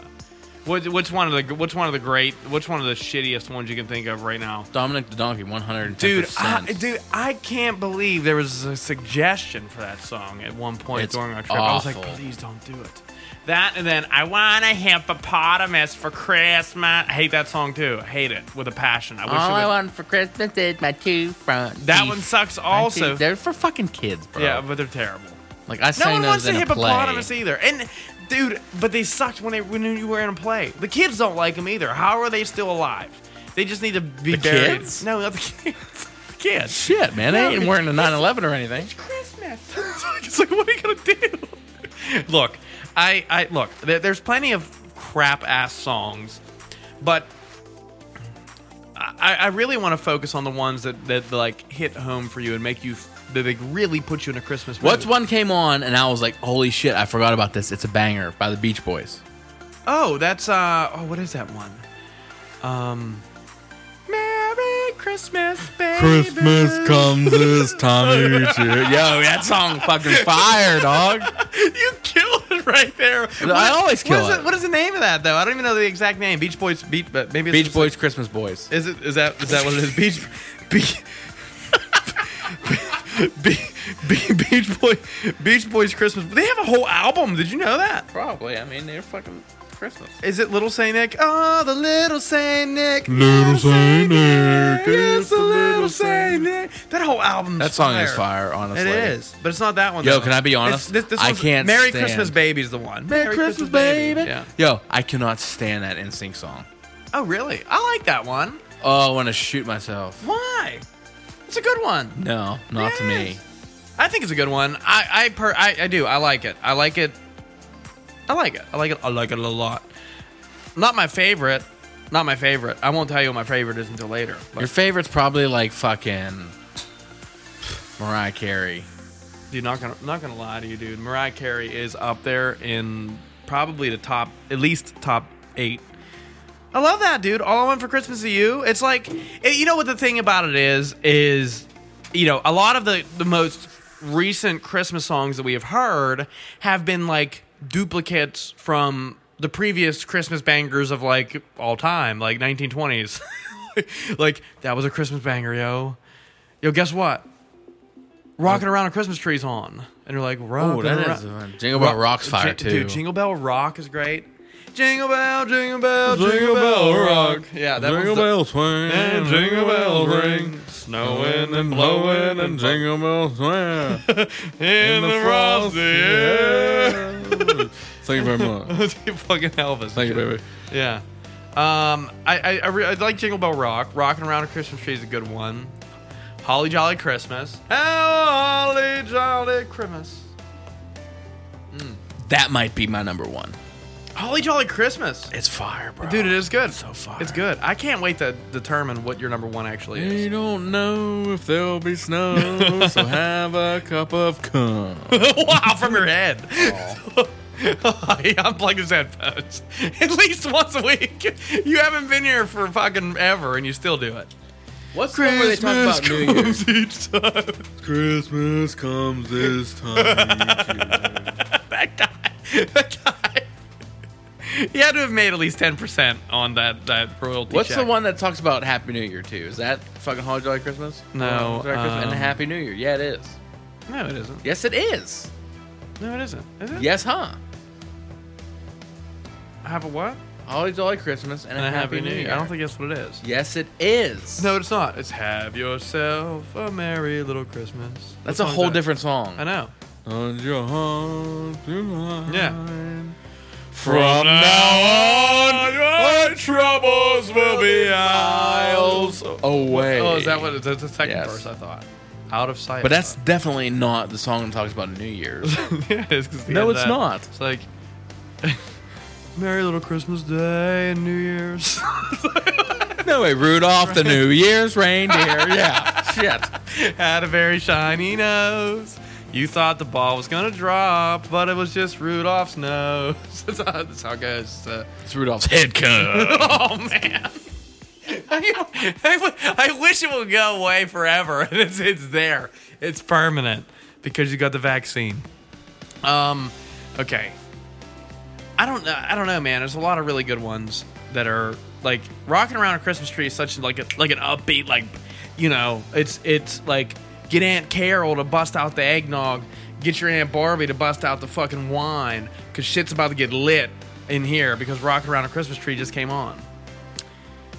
S1: What, what's one of the what's one of the great what's one of the shittiest ones you can think of right now?
S2: Dominic the Donkey, 110%.
S1: Dude, I, dude, I can't believe there was a suggestion for that song at one point
S2: It's
S1: during our trip. I was like,
S2: awful.
S1: please don't do it. That and then I want a hippopotamus for Christmas. I hate that song too. I hate it with a passion. I wish
S2: All
S1: it
S2: I
S1: was.
S2: want for Christmas is my two front
S1: that
S2: teeth.
S1: one sucks
S2: My two-
S1: also.
S2: They're for fucking kids, bro.
S1: Yeah, but they're terrible.
S2: Like, I sang
S1: No one
S2: those
S1: wants a
S2: in a play.
S1: hippopotamus either. And dude, but they sucked when they when you were in a play. The kids don't like them either. How are they still alive? They just need to be
S2: The
S1: buried.
S2: kids?
S1: No, not the [laughs] kids. Kids.
S2: Shit, man.
S1: No,
S2: they ain't wearing a 911 or anything.
S1: [laughs] it's like, what are you gonna do? look, I, I look. There, there's plenty of crap ass songs, but I, I really want to focus on the ones that that like hit home for you and make you f- that they really put you in a Christmas. Mood.
S2: What's one came on and I was like, holy shit, I forgot about this. It's a banger by the Beach Boys.
S1: Oh, that's uh. Oh, what is that one? Um. Merry Christmas, baby.
S2: comes this time each year. Yo, that song fucking fire, dog.
S1: you killed it right there.
S2: I always kill
S1: what is
S2: it.
S1: What is the name of that though? I don't even know the exact name. Beach Boys. Beach, but maybe it's
S2: Beach
S1: just-
S2: Boys, Christmas Boys.
S1: Is it? Is that? Is that what it is? Beach. Beach. Be- Be- Beach Boy, Beach Boys Christmas. They have a whole album. Did you know that?
S2: Probably. I mean, they're fucking Christmas.
S1: Is it Little Saint Nick? Oh, the Little Saint Nick. Little Saint Nick. It's the Little Saint Nick. That whole album.
S2: That song is fire, honestly.
S1: It is, but it's not that one.
S2: Yo,
S1: though.
S2: can I be
S1: It's-
S2: honest?
S1: This, this
S2: I
S1: one's-
S2: can't
S1: Merry
S2: stand-
S1: Christmas Baby is the one. Merry,
S2: Christmas, baby.
S1: Yeah.
S2: Yo, I cannot stand that NSYNC song.
S1: Oh, really? I like that one.
S2: Oh, I want to shoot myself.
S1: Why? It's a good one.
S2: No, not to me.
S1: Yes. I think it's a good one. I I, per, I I do. I like it. I like it. I like it. I like it. I like it a lot. Not my favorite. Not my favorite. I won't tell you what my favorite is until later. But
S2: Your favorite's probably like fucking Mariah Carey.
S1: dude, not gonna not gonna lie to you, dude. Mariah Carey is up there in probably the top, at least top eight. I love that, dude. All I want for Christmas is you. It's like, it- you know what the thing about it is, is, you know, a lot of the the most recent Christmas songs that we have heard have been like duplicates from the previous Christmas bangers of like all time, like 1920s. [laughs] like that was a Christmas banger, yo. Yo, guess what? Rocking around a Christmas tree's on, and you're like,
S2: Oh,
S1: rocking
S2: that
S1: around.
S2: is one. Jingle Bell Rock's fire
S1: Jin-
S2: too.
S1: Dude, Jingle Bell Rock is great. Jingle Bell, Jingle Bell, Jingle Bell Rock. Yeah, that was the-
S2: swing,
S1: And jingle bells ring, snowing and blowing and
S2: jingle bells swing
S1: in the frosty [laughs] air.
S2: [laughs] Thank you very much.
S1: Fucking Elvis.
S2: Thank you, baby.
S1: Yeah. Um, I I, I, re- I like Jingle Bell Rock. Rocking around a Christmas tree is a good one. Holly Jolly Christmas. oh, Holly Jolly Christmas.
S2: That might be my number one.
S1: Holly Jolly Christmas.
S2: It's fire, bro.
S1: Dude, it is good.
S2: so fire.
S1: It's good. I can't wait to determine what your number one actually is. [laughs]
S2: You don't know if there'll be [laughs] snow, so have a cup of cum.
S1: wow, from your head. [laughs] I unplugged his headphones [laughs] at least once a week. You haven't been here for fucking ever, and you still do it.
S2: What's the one where they talk about New Year's?
S1: Each time. [laughs]
S3: Christmas comes this time.
S1: That guy. That guy. He had to have made at least ten percent on that that royalty.
S2: What's
S1: check.
S2: the one that talks about Happy New Year too? Is that fucking Holly Jolly Christmas?
S1: No,
S2: Holly Jolly Christmas and
S1: um,
S2: Happy New Year. Yeah, it is.
S1: No, it isn't.
S2: Yes, it is.
S1: No, it isn't. Is it?
S2: Yes, huh?
S1: I have a what?
S2: Holly Jolly Christmas and,
S1: And
S2: a
S1: a
S2: Happy, New Year.
S1: I don't think that's what it is.
S2: Yes, it is.
S1: No, it's not. It's have yourself a merry little Christmas.
S2: that's
S1: What
S2: a
S1: song is
S2: whole
S1: that?
S2: different song.
S1: I know.
S2: On your heart tonight.
S1: Yeah.
S2: From now on, our troubles will be miles away.
S1: Oh, is that what? That's the second
S2: Yes.
S1: verse I thought. Out of sight.
S2: But that's definitely not the song that talks about New [laughs] Year's.
S1: [laughs] yeah, it's 'cause the
S2: No,
S1: end of
S2: it's
S1: that-
S2: not.
S1: It's like [laughs] Merry Little Christmas Day and New Year's. [laughs]
S2: no way, Rudolph the [laughs] New Year's reindeer. Yeah, [laughs] shit.
S1: Had a very shiny nose. You thought the ball was gonna drop, but it was just Rudolph's nose. [laughs] that's, how, that's how it goes. Uh, So-
S2: It's Rudolph's head cut.
S1: Oh man. I, I- I wish it would go away forever. [laughs] It's, it's there. It's permanent because you got the vaccine. Um, okay. I don't know. I don't know, man. There's a lot of really good ones that are like rocking around a Christmas tree is such like a, like an upbeat like you know it's it's like get Aunt Carol to bust out the eggnog, get your Aunt Barbie to bust out the fucking wine because shit's about to get lit in here because rocking around a Christmas tree just came on.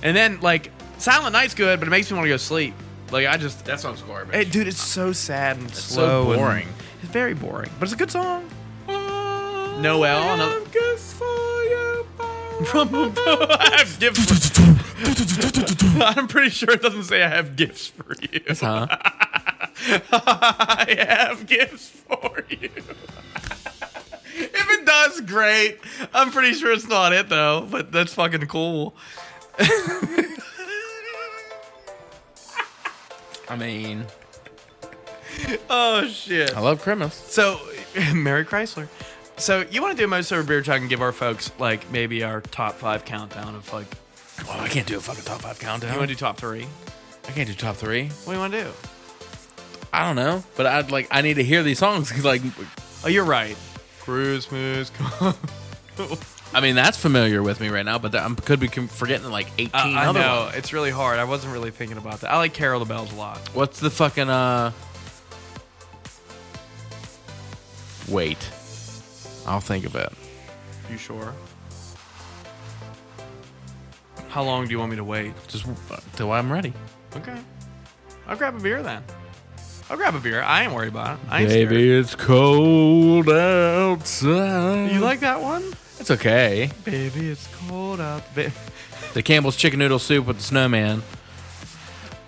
S1: And then like Silent Night's good, but it makes me want to go sleep. Like I just
S2: That song's garbage.
S1: Hey, dude, it's so sad and
S2: so
S1: slow. and-
S2: boring.
S1: it's very boring, but it's a good song. Noel, another. [laughs] I have gifts. For I'm pretty sure it doesn't say I have gifts for you. [laughs]
S2: Huh?
S1: I have gifts for you. [laughs] if it does, great. I'm pretty sure it's not it though, but that's fucking cool.
S2: I mean,
S1: Oh shit.
S2: I love Christmas.
S1: So, [laughs] Mary Chrysler. So, you want to do a most over beer chug and give our folks like maybe our top five countdown of like
S2: Well, I can't do a fucking top five countdown.
S1: you want to do top three?
S2: I can't do top three.
S1: What do you want to do?
S2: I don't know, but I'd like I need to hear these songs 'cause, like
S1: Oh, you're right. Christmas. comes.
S2: I mean that's familiar with me right now, but I could be com- forgetting like eighteen
S1: I, I
S2: other
S1: know
S2: ones.
S1: it's really hard. I wasn't really thinking about that. I like Carol the Bells a lot.
S2: What's the fucking uh? Wait, I'll think of it.
S1: You sure? How long do you want me to wait?
S2: Just uh, till I'm ready.
S1: Okay. I'll grab a beer then. I'll grab a beer. I ain't worried about it. I ain't scared.
S2: it's cold outside.
S1: You like that one?
S2: It's okay.
S1: Baby, it's cold out. Ba-
S2: The Campbell's chicken noodle soup with the snowman.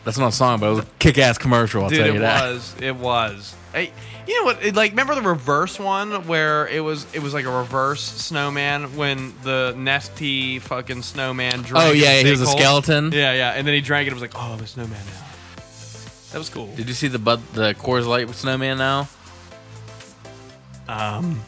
S2: That's not a song, but it was a kick-ass commercial. I'll
S1: Dude,
S2: tell you
S1: it
S2: that.
S1: was. It was. Hey, you know what? It, like, remember the reverse one where it was it was like a reverse snowman when the nasty fucking snowman drank.
S2: Oh, yeah,
S1: his
S2: he was a
S1: big hole?
S2: skeleton.
S1: Yeah, yeah, and then he drank it. and was like, oh, I'm a snowman now. That was cool.
S2: Did you see the Bud, the Coors Light with snowman now?
S1: Um,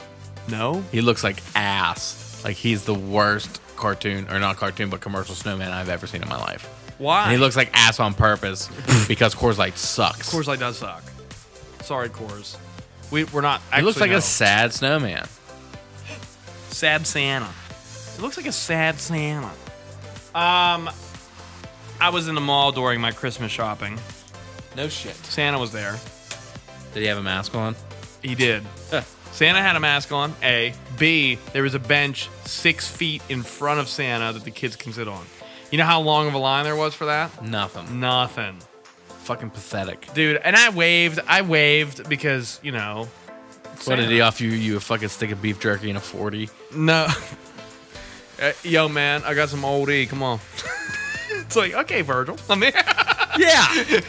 S1: no.
S2: He looks like ass. Like he's the worst cartoon or not cartoon, but commercial snowman I've ever seen in my life.
S1: Why?
S2: And he looks like ass
S1: [laughs]
S2: on purpose because Coors Light sucks.
S1: Coors Light does suck. Sorry, Coors. We we're not.
S2: he looks
S1: actually,
S2: like
S1: no.
S2: a sad snowman.
S1: sad Santa. It looks like a sad Santa. Um, I was in the mall during my Christmas shopping.
S2: No shit.
S1: Santa was there.
S2: Did he have a mask on?
S1: He did. Santa had a mask on. A. B. There was a bench six feet in front of Santa that the kids can sit on. You know how long of a line there was for that?
S2: Nothing.
S1: Mm. Nothing,
S2: Fucking pathetic.
S1: dude. And I waved. I waved because you know.
S2: What did he offer you? You a fucking stick of beef jerky and a forty?
S1: No. [laughs] Uh, Yo, man, I got some old E. Come on. it's like okay, [laughs] Virgil. I mean,
S2: Yeah.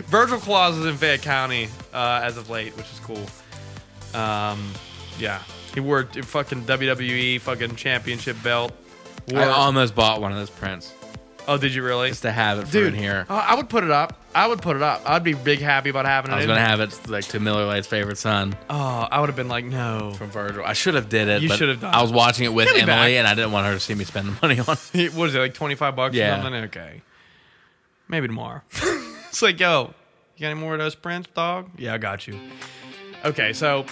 S1: [laughs] Virgil Claus is in Fayette County uh, as of late, which is cool. Um, yeah, he wore a fucking WWE fucking championship belt. Wore-
S2: I almost bought one of those prints
S1: oh, did you really?
S2: [laughs] just to have it for
S1: Dude,
S2: in here.
S1: uh, I would put it up. I would put it up. I'd be big happy about having it.
S2: I was
S1: in
S2: gonna
S1: there.
S2: have it like to Miller Lite's favorite son
S1: Oh, I would have been like, no.
S2: from Virgil. I should have did it.
S1: You
S2: but
S1: should have done
S2: I
S1: it.
S2: was watching it with
S1: He'll be
S2: Emily,
S1: back.
S2: and I didn't want her to see me spend the money on.
S1: [laughs]
S2: it.
S1: what is it like twenty five bucks
S2: Yeah.
S1: or something? Okay, maybe tomorrow. [laughs] it's like, yo, you got any more of those prints, dog? Yeah, I got you. Okay, so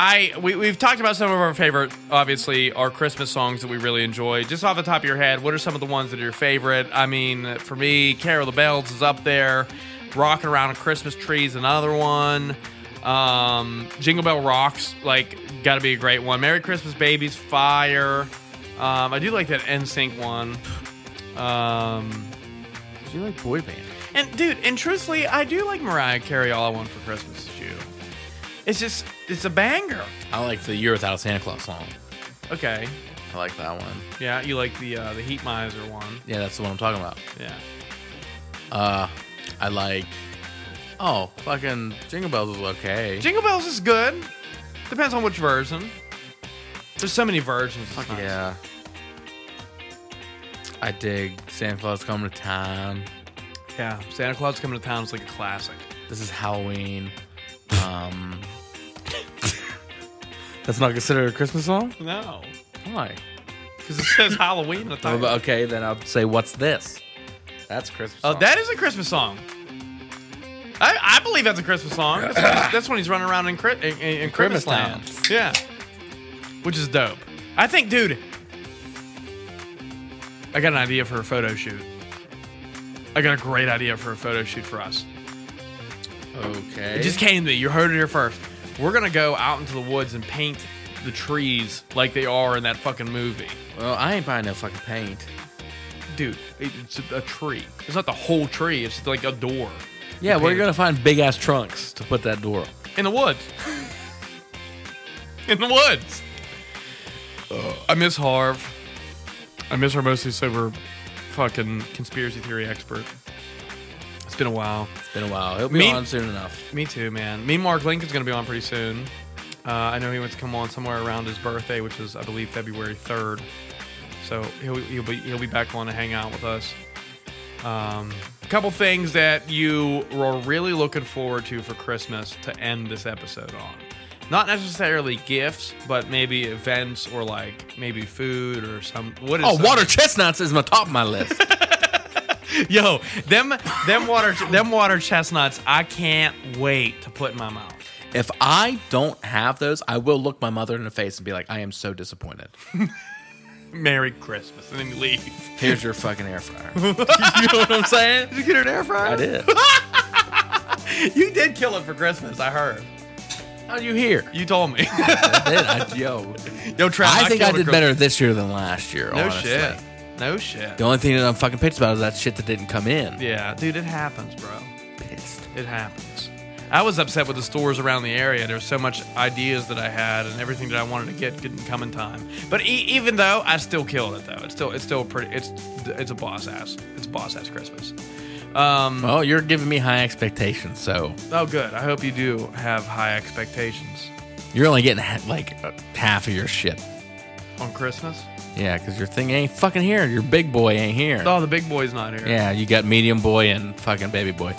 S1: I we we've talked about some of our favorite, obviously, our Christmas songs that we really enjoy. Just off the top of your head, what are some of the ones that are your favorite? I mean, for me, Carol the Bells is up there. Rocking around a Christmas tree is another one. Um, Jingle Bell Rocks, like, got to be a great one. Merry Christmas, Babies, Fire. Um, I do like that NSYNC one. Um,
S2: You like boy band?
S1: and dude, and truthfully, I do like Mariah Carey. All I want for Christmas is you. It's just, it's a banger.
S2: I like the Year Without a Santa Claus song.
S1: Okay,
S2: I like that one.
S1: yeah, you like the uh, the Heat Miser one.
S2: Yeah, that's the one I'm talking about.
S1: Yeah,
S2: Uh, I like. Oh, fucking Jingle Bells was okay.
S1: Jingle Bells is good. Depends on which version. There's so many versions. it's nice.
S2: yeah. I dig Santa Claus coming to town.
S1: yeah. Santa Claus coming to town is like a classic.
S2: This is Halloween. Um, [laughs] that's not considered a Christmas song.
S1: [laughs] No,
S2: Why?
S1: because it says Halloween. on the
S2: Oh,
S1: title.
S2: but okay, then I'll say, "What's this?" That's Christmas.
S1: Oh,
S2: song.
S1: that is a Christmas song. I, I believe that's a Christmas song. That's, when he's- that's when he's running around in, Chri- in, in, in Christmas
S2: Christmas Town.
S1: land. Yeah. which is dope. I think, dude, I got an idea for a photo shoot. I got a great idea for a photo shoot for us.
S2: Okay.
S1: It just came to me. You heard it here first. We're gonna go out into the woods and paint the trees like they are in that fucking movie,
S2: well, I ain't buying no fucking paint.
S1: dude. it- It's a, a tree. It's not the whole tree. It's like a door
S2: Yeah,
S1: where
S2: we're
S1: you gonna
S2: gonna find big ass trunks to put that door.
S1: in the woods. [laughs] in the woods. I miss Harv. I miss our mostly sober, fucking conspiracy theory expert. It's been a while.
S2: It's been a while. He'll be
S1: Me-
S2: on soon enough.
S1: Me too, man. Me and Mark Lincoln's going to be on pretty soon. Uh, I know he wants to come on somewhere around his birthday, which is I believe February third. So he'll he'll be he'll be back on to hang out with us. Um, a couple things that you were really looking forward to for Christmas to end this episode on. Not necessarily gifts, but maybe events or like maybe food or some. What is
S2: Oh,
S1: some-
S2: water chestnuts is my top of my [laughs] list.
S1: Yo, them them water them water chestnuts. I can't wait to put in my mouth.
S2: if I don't have those, I will look my mother in the face and be like, I am so disappointed.
S1: Merry Christmas, and then you leave.
S2: [laughs] Here's your fucking air [laughs] fryer. you know what I'm saying?
S1: Did you get an air fryer?
S2: I did.
S1: You did kill it for Christmas. I heard.
S2: How are you here?
S1: You told me.
S2: [laughs] I did. I, [laughs] yo,
S1: Yo, Trav,
S2: I think I
S1: killed it
S2: did
S1: for-
S2: better this year than last year.
S1: No
S2: honestly.
S1: shit. No shit.
S2: The only thing that I'm fucking pissed about is that shit that didn't come in.
S1: Yeah, dude, it happens, bro.
S2: Pissed.
S1: It happens. I was upset with the stores around the area. There was so much ideas that I had, and everything that I wanted to get didn't come in time. But e- even though I still killed it, though, it's still it's still pretty. It's it's a boss ass. It's boss ass Christmas. Um,
S2: Well, you're giving me high expectations, so
S1: oh, good. I hope you do have high expectations
S2: you're only getting ha- like uh, half of your shit.
S1: on Christmas.
S2: Yeah, because your thing ain't fucking here. Your big boy ain't here.
S1: Oh, the big boy's not here.
S2: Yeah, you got medium boy and fucking baby boy.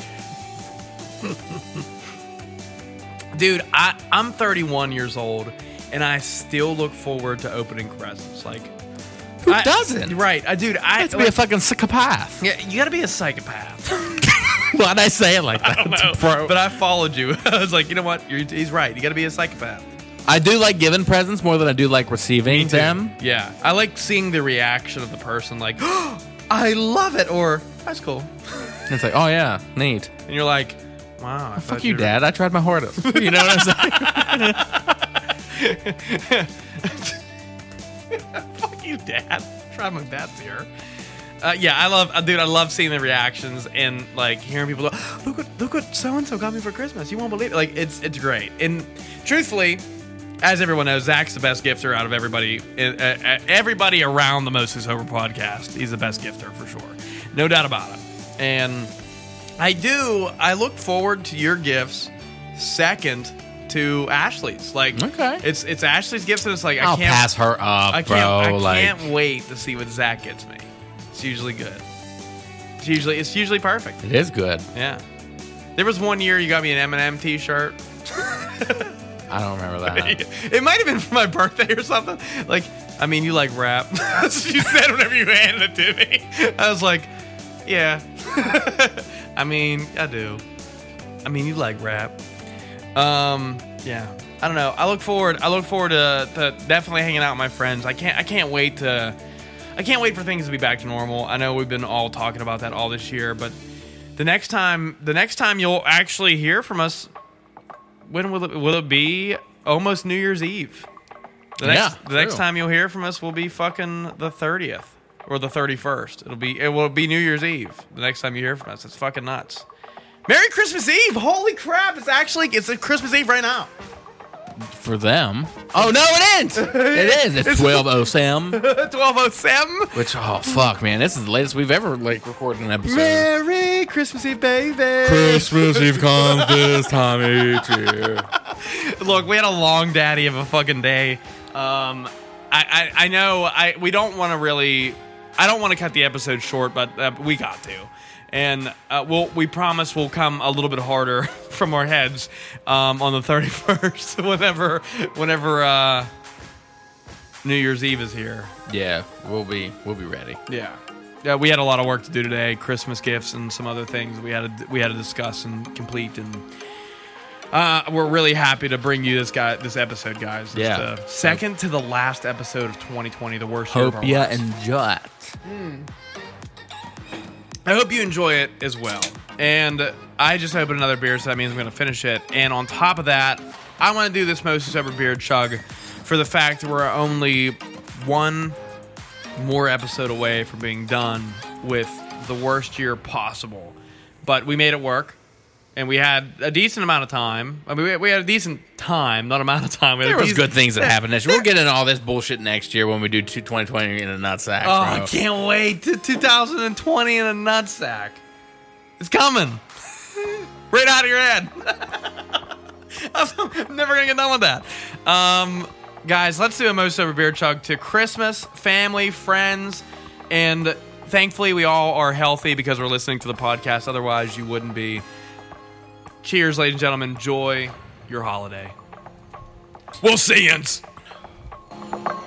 S1: dude I, i'm 31 years old and i still look forward to opening presents like
S2: Who
S1: I-
S2: doesn't?
S1: right i dude i
S2: That's be a
S1: like-
S2: fucking psychopath.
S1: yeah, you gotta be a psychopath
S2: [laughs] Why'd I say it like that? Bro.
S1: but i followed you [laughs] i was like you know what You're, he's right you gotta be a psychopath
S2: I do like giving presents more than I do like receiving them.
S1: yeah i like seeing the reaction of the person like [gasps] i love it or that's cool
S2: And It's like, oh yeah, neat.
S1: and you're like wow I
S2: Fuck
S1: thought
S2: you,
S1: were-
S2: Dad. I tried
S1: [laughs]
S2: my hardest. You know what I'm saying?
S1: [laughs] fuck you, Dad. Try my best here. Uh, yeah, I love, uh, dude. I love seeing the reactions and like hearing people go, "Look what, look what so and so got me for Christmas." You won't believe it. Like it's, it's great. And truthfully, as everyone knows, Zach's the best gifter out of everybody. uh, uh, Everybody around the Mostly Sober podcast, he's the best gifter for sure, no doubt about it. And I do. I look forward to your gifts. Second to Ashley's, like
S2: Okay.
S1: it's it's Ashley's gifts, and it's like I
S2: I'll
S1: can't
S2: pass her up,
S1: I can't,
S2: bro.
S1: I
S2: like,
S1: can't wait to see what Zach gets me. It's usually good. It's usually it's usually
S2: [laughs]
S1: perfect.
S2: it is good.
S1: Yeah. There was one year you got me an M&M t-shirt. [laughs]
S2: I don't remember that.
S1: It might have been for my birthday or something. Like, I mean, you like rap. [laughs] That's what you said whenever you handed it to me. [laughs] I was like, yeah. [laughs] I mean, I do. I mean, you like rap. Um, yeah. I don't know. I look forward. I look forward to, to definitely hanging out with my friends. I can't. I can't wait to. I can't wait for things to be back to normal. I know we've been all talking about that all this year, but the next time, the next time you'll actually hear from us when will it will it be almost New Year's Eve? The next,
S2: Yeah,
S1: the next
S2: true.
S1: time you'll hear from us will be fucking the thirtieth or the thirty first. It'll be it will be New Year's Eve. The next time you hear from us, it's fucking nuts. Merry Christmas Eve! Holy crap! It's actually it's a Christmas Eve right now.
S2: For them. Oh no, it
S1: [laughs]
S2: is. It is. It's twelve oh Sam.
S1: Twelve oh seven.
S2: Which oh fuck, man, this is the latest we've ever like recorded an episode.
S1: Merry Christmas Eve, baby.
S3: Christmas Eve comes this time each year.
S1: Look, we had a long daddy of a fucking day. Um, I, I, I know I we don't want to really, I don't want to cut the episode short, but uh, we got to, and uh, we'll we promise we'll come a little bit harder [laughs] from our heads um, on the thirty first, [laughs] whenever whenever uh, New Year's Eve is here.
S2: Yeah, we'll be we'll be ready.
S1: Yeah. Yeah, we had a lot of work to do today, Christmas gifts and some other things we had to, we had to discuss and complete and Uh, we're really happy to bring you this guy, this episode, guys. It's
S2: Yeah.
S1: the second to the last episode of 2020, the worst year of our
S2: Hope you
S1: lives.
S2: enjoy it.
S1: I hope you enjoy it as well. And I just opened another beer, so that means I'm going to finish it. And on top of that, I want to do this Moses Ever Beer chug for the fact that we're only one more episode away from being done with the worst year possible. But we made it work. And we had a decent amount of time. I mean, we- we had a decent time, not amount of time. We had a
S2: There was
S1: decent-
S2: good things that happened this year. We'll get into all this bullshit next year when we do two- 2020 in a nutsack.
S1: Oh, I
S2: bro.
S1: can't wait to 2020 in a nutsack. It's coming. [laughs] right out of your head. [laughs] I'm never going to get done with that. Um, guys, let's do a most sober beer chug to Christmas, family, friends, and thankfully we all are healthy because we're listening to the podcast. Otherwise, you wouldn't be. Cheers, ladies and gentlemen. Enjoy your holiday. We'll see you.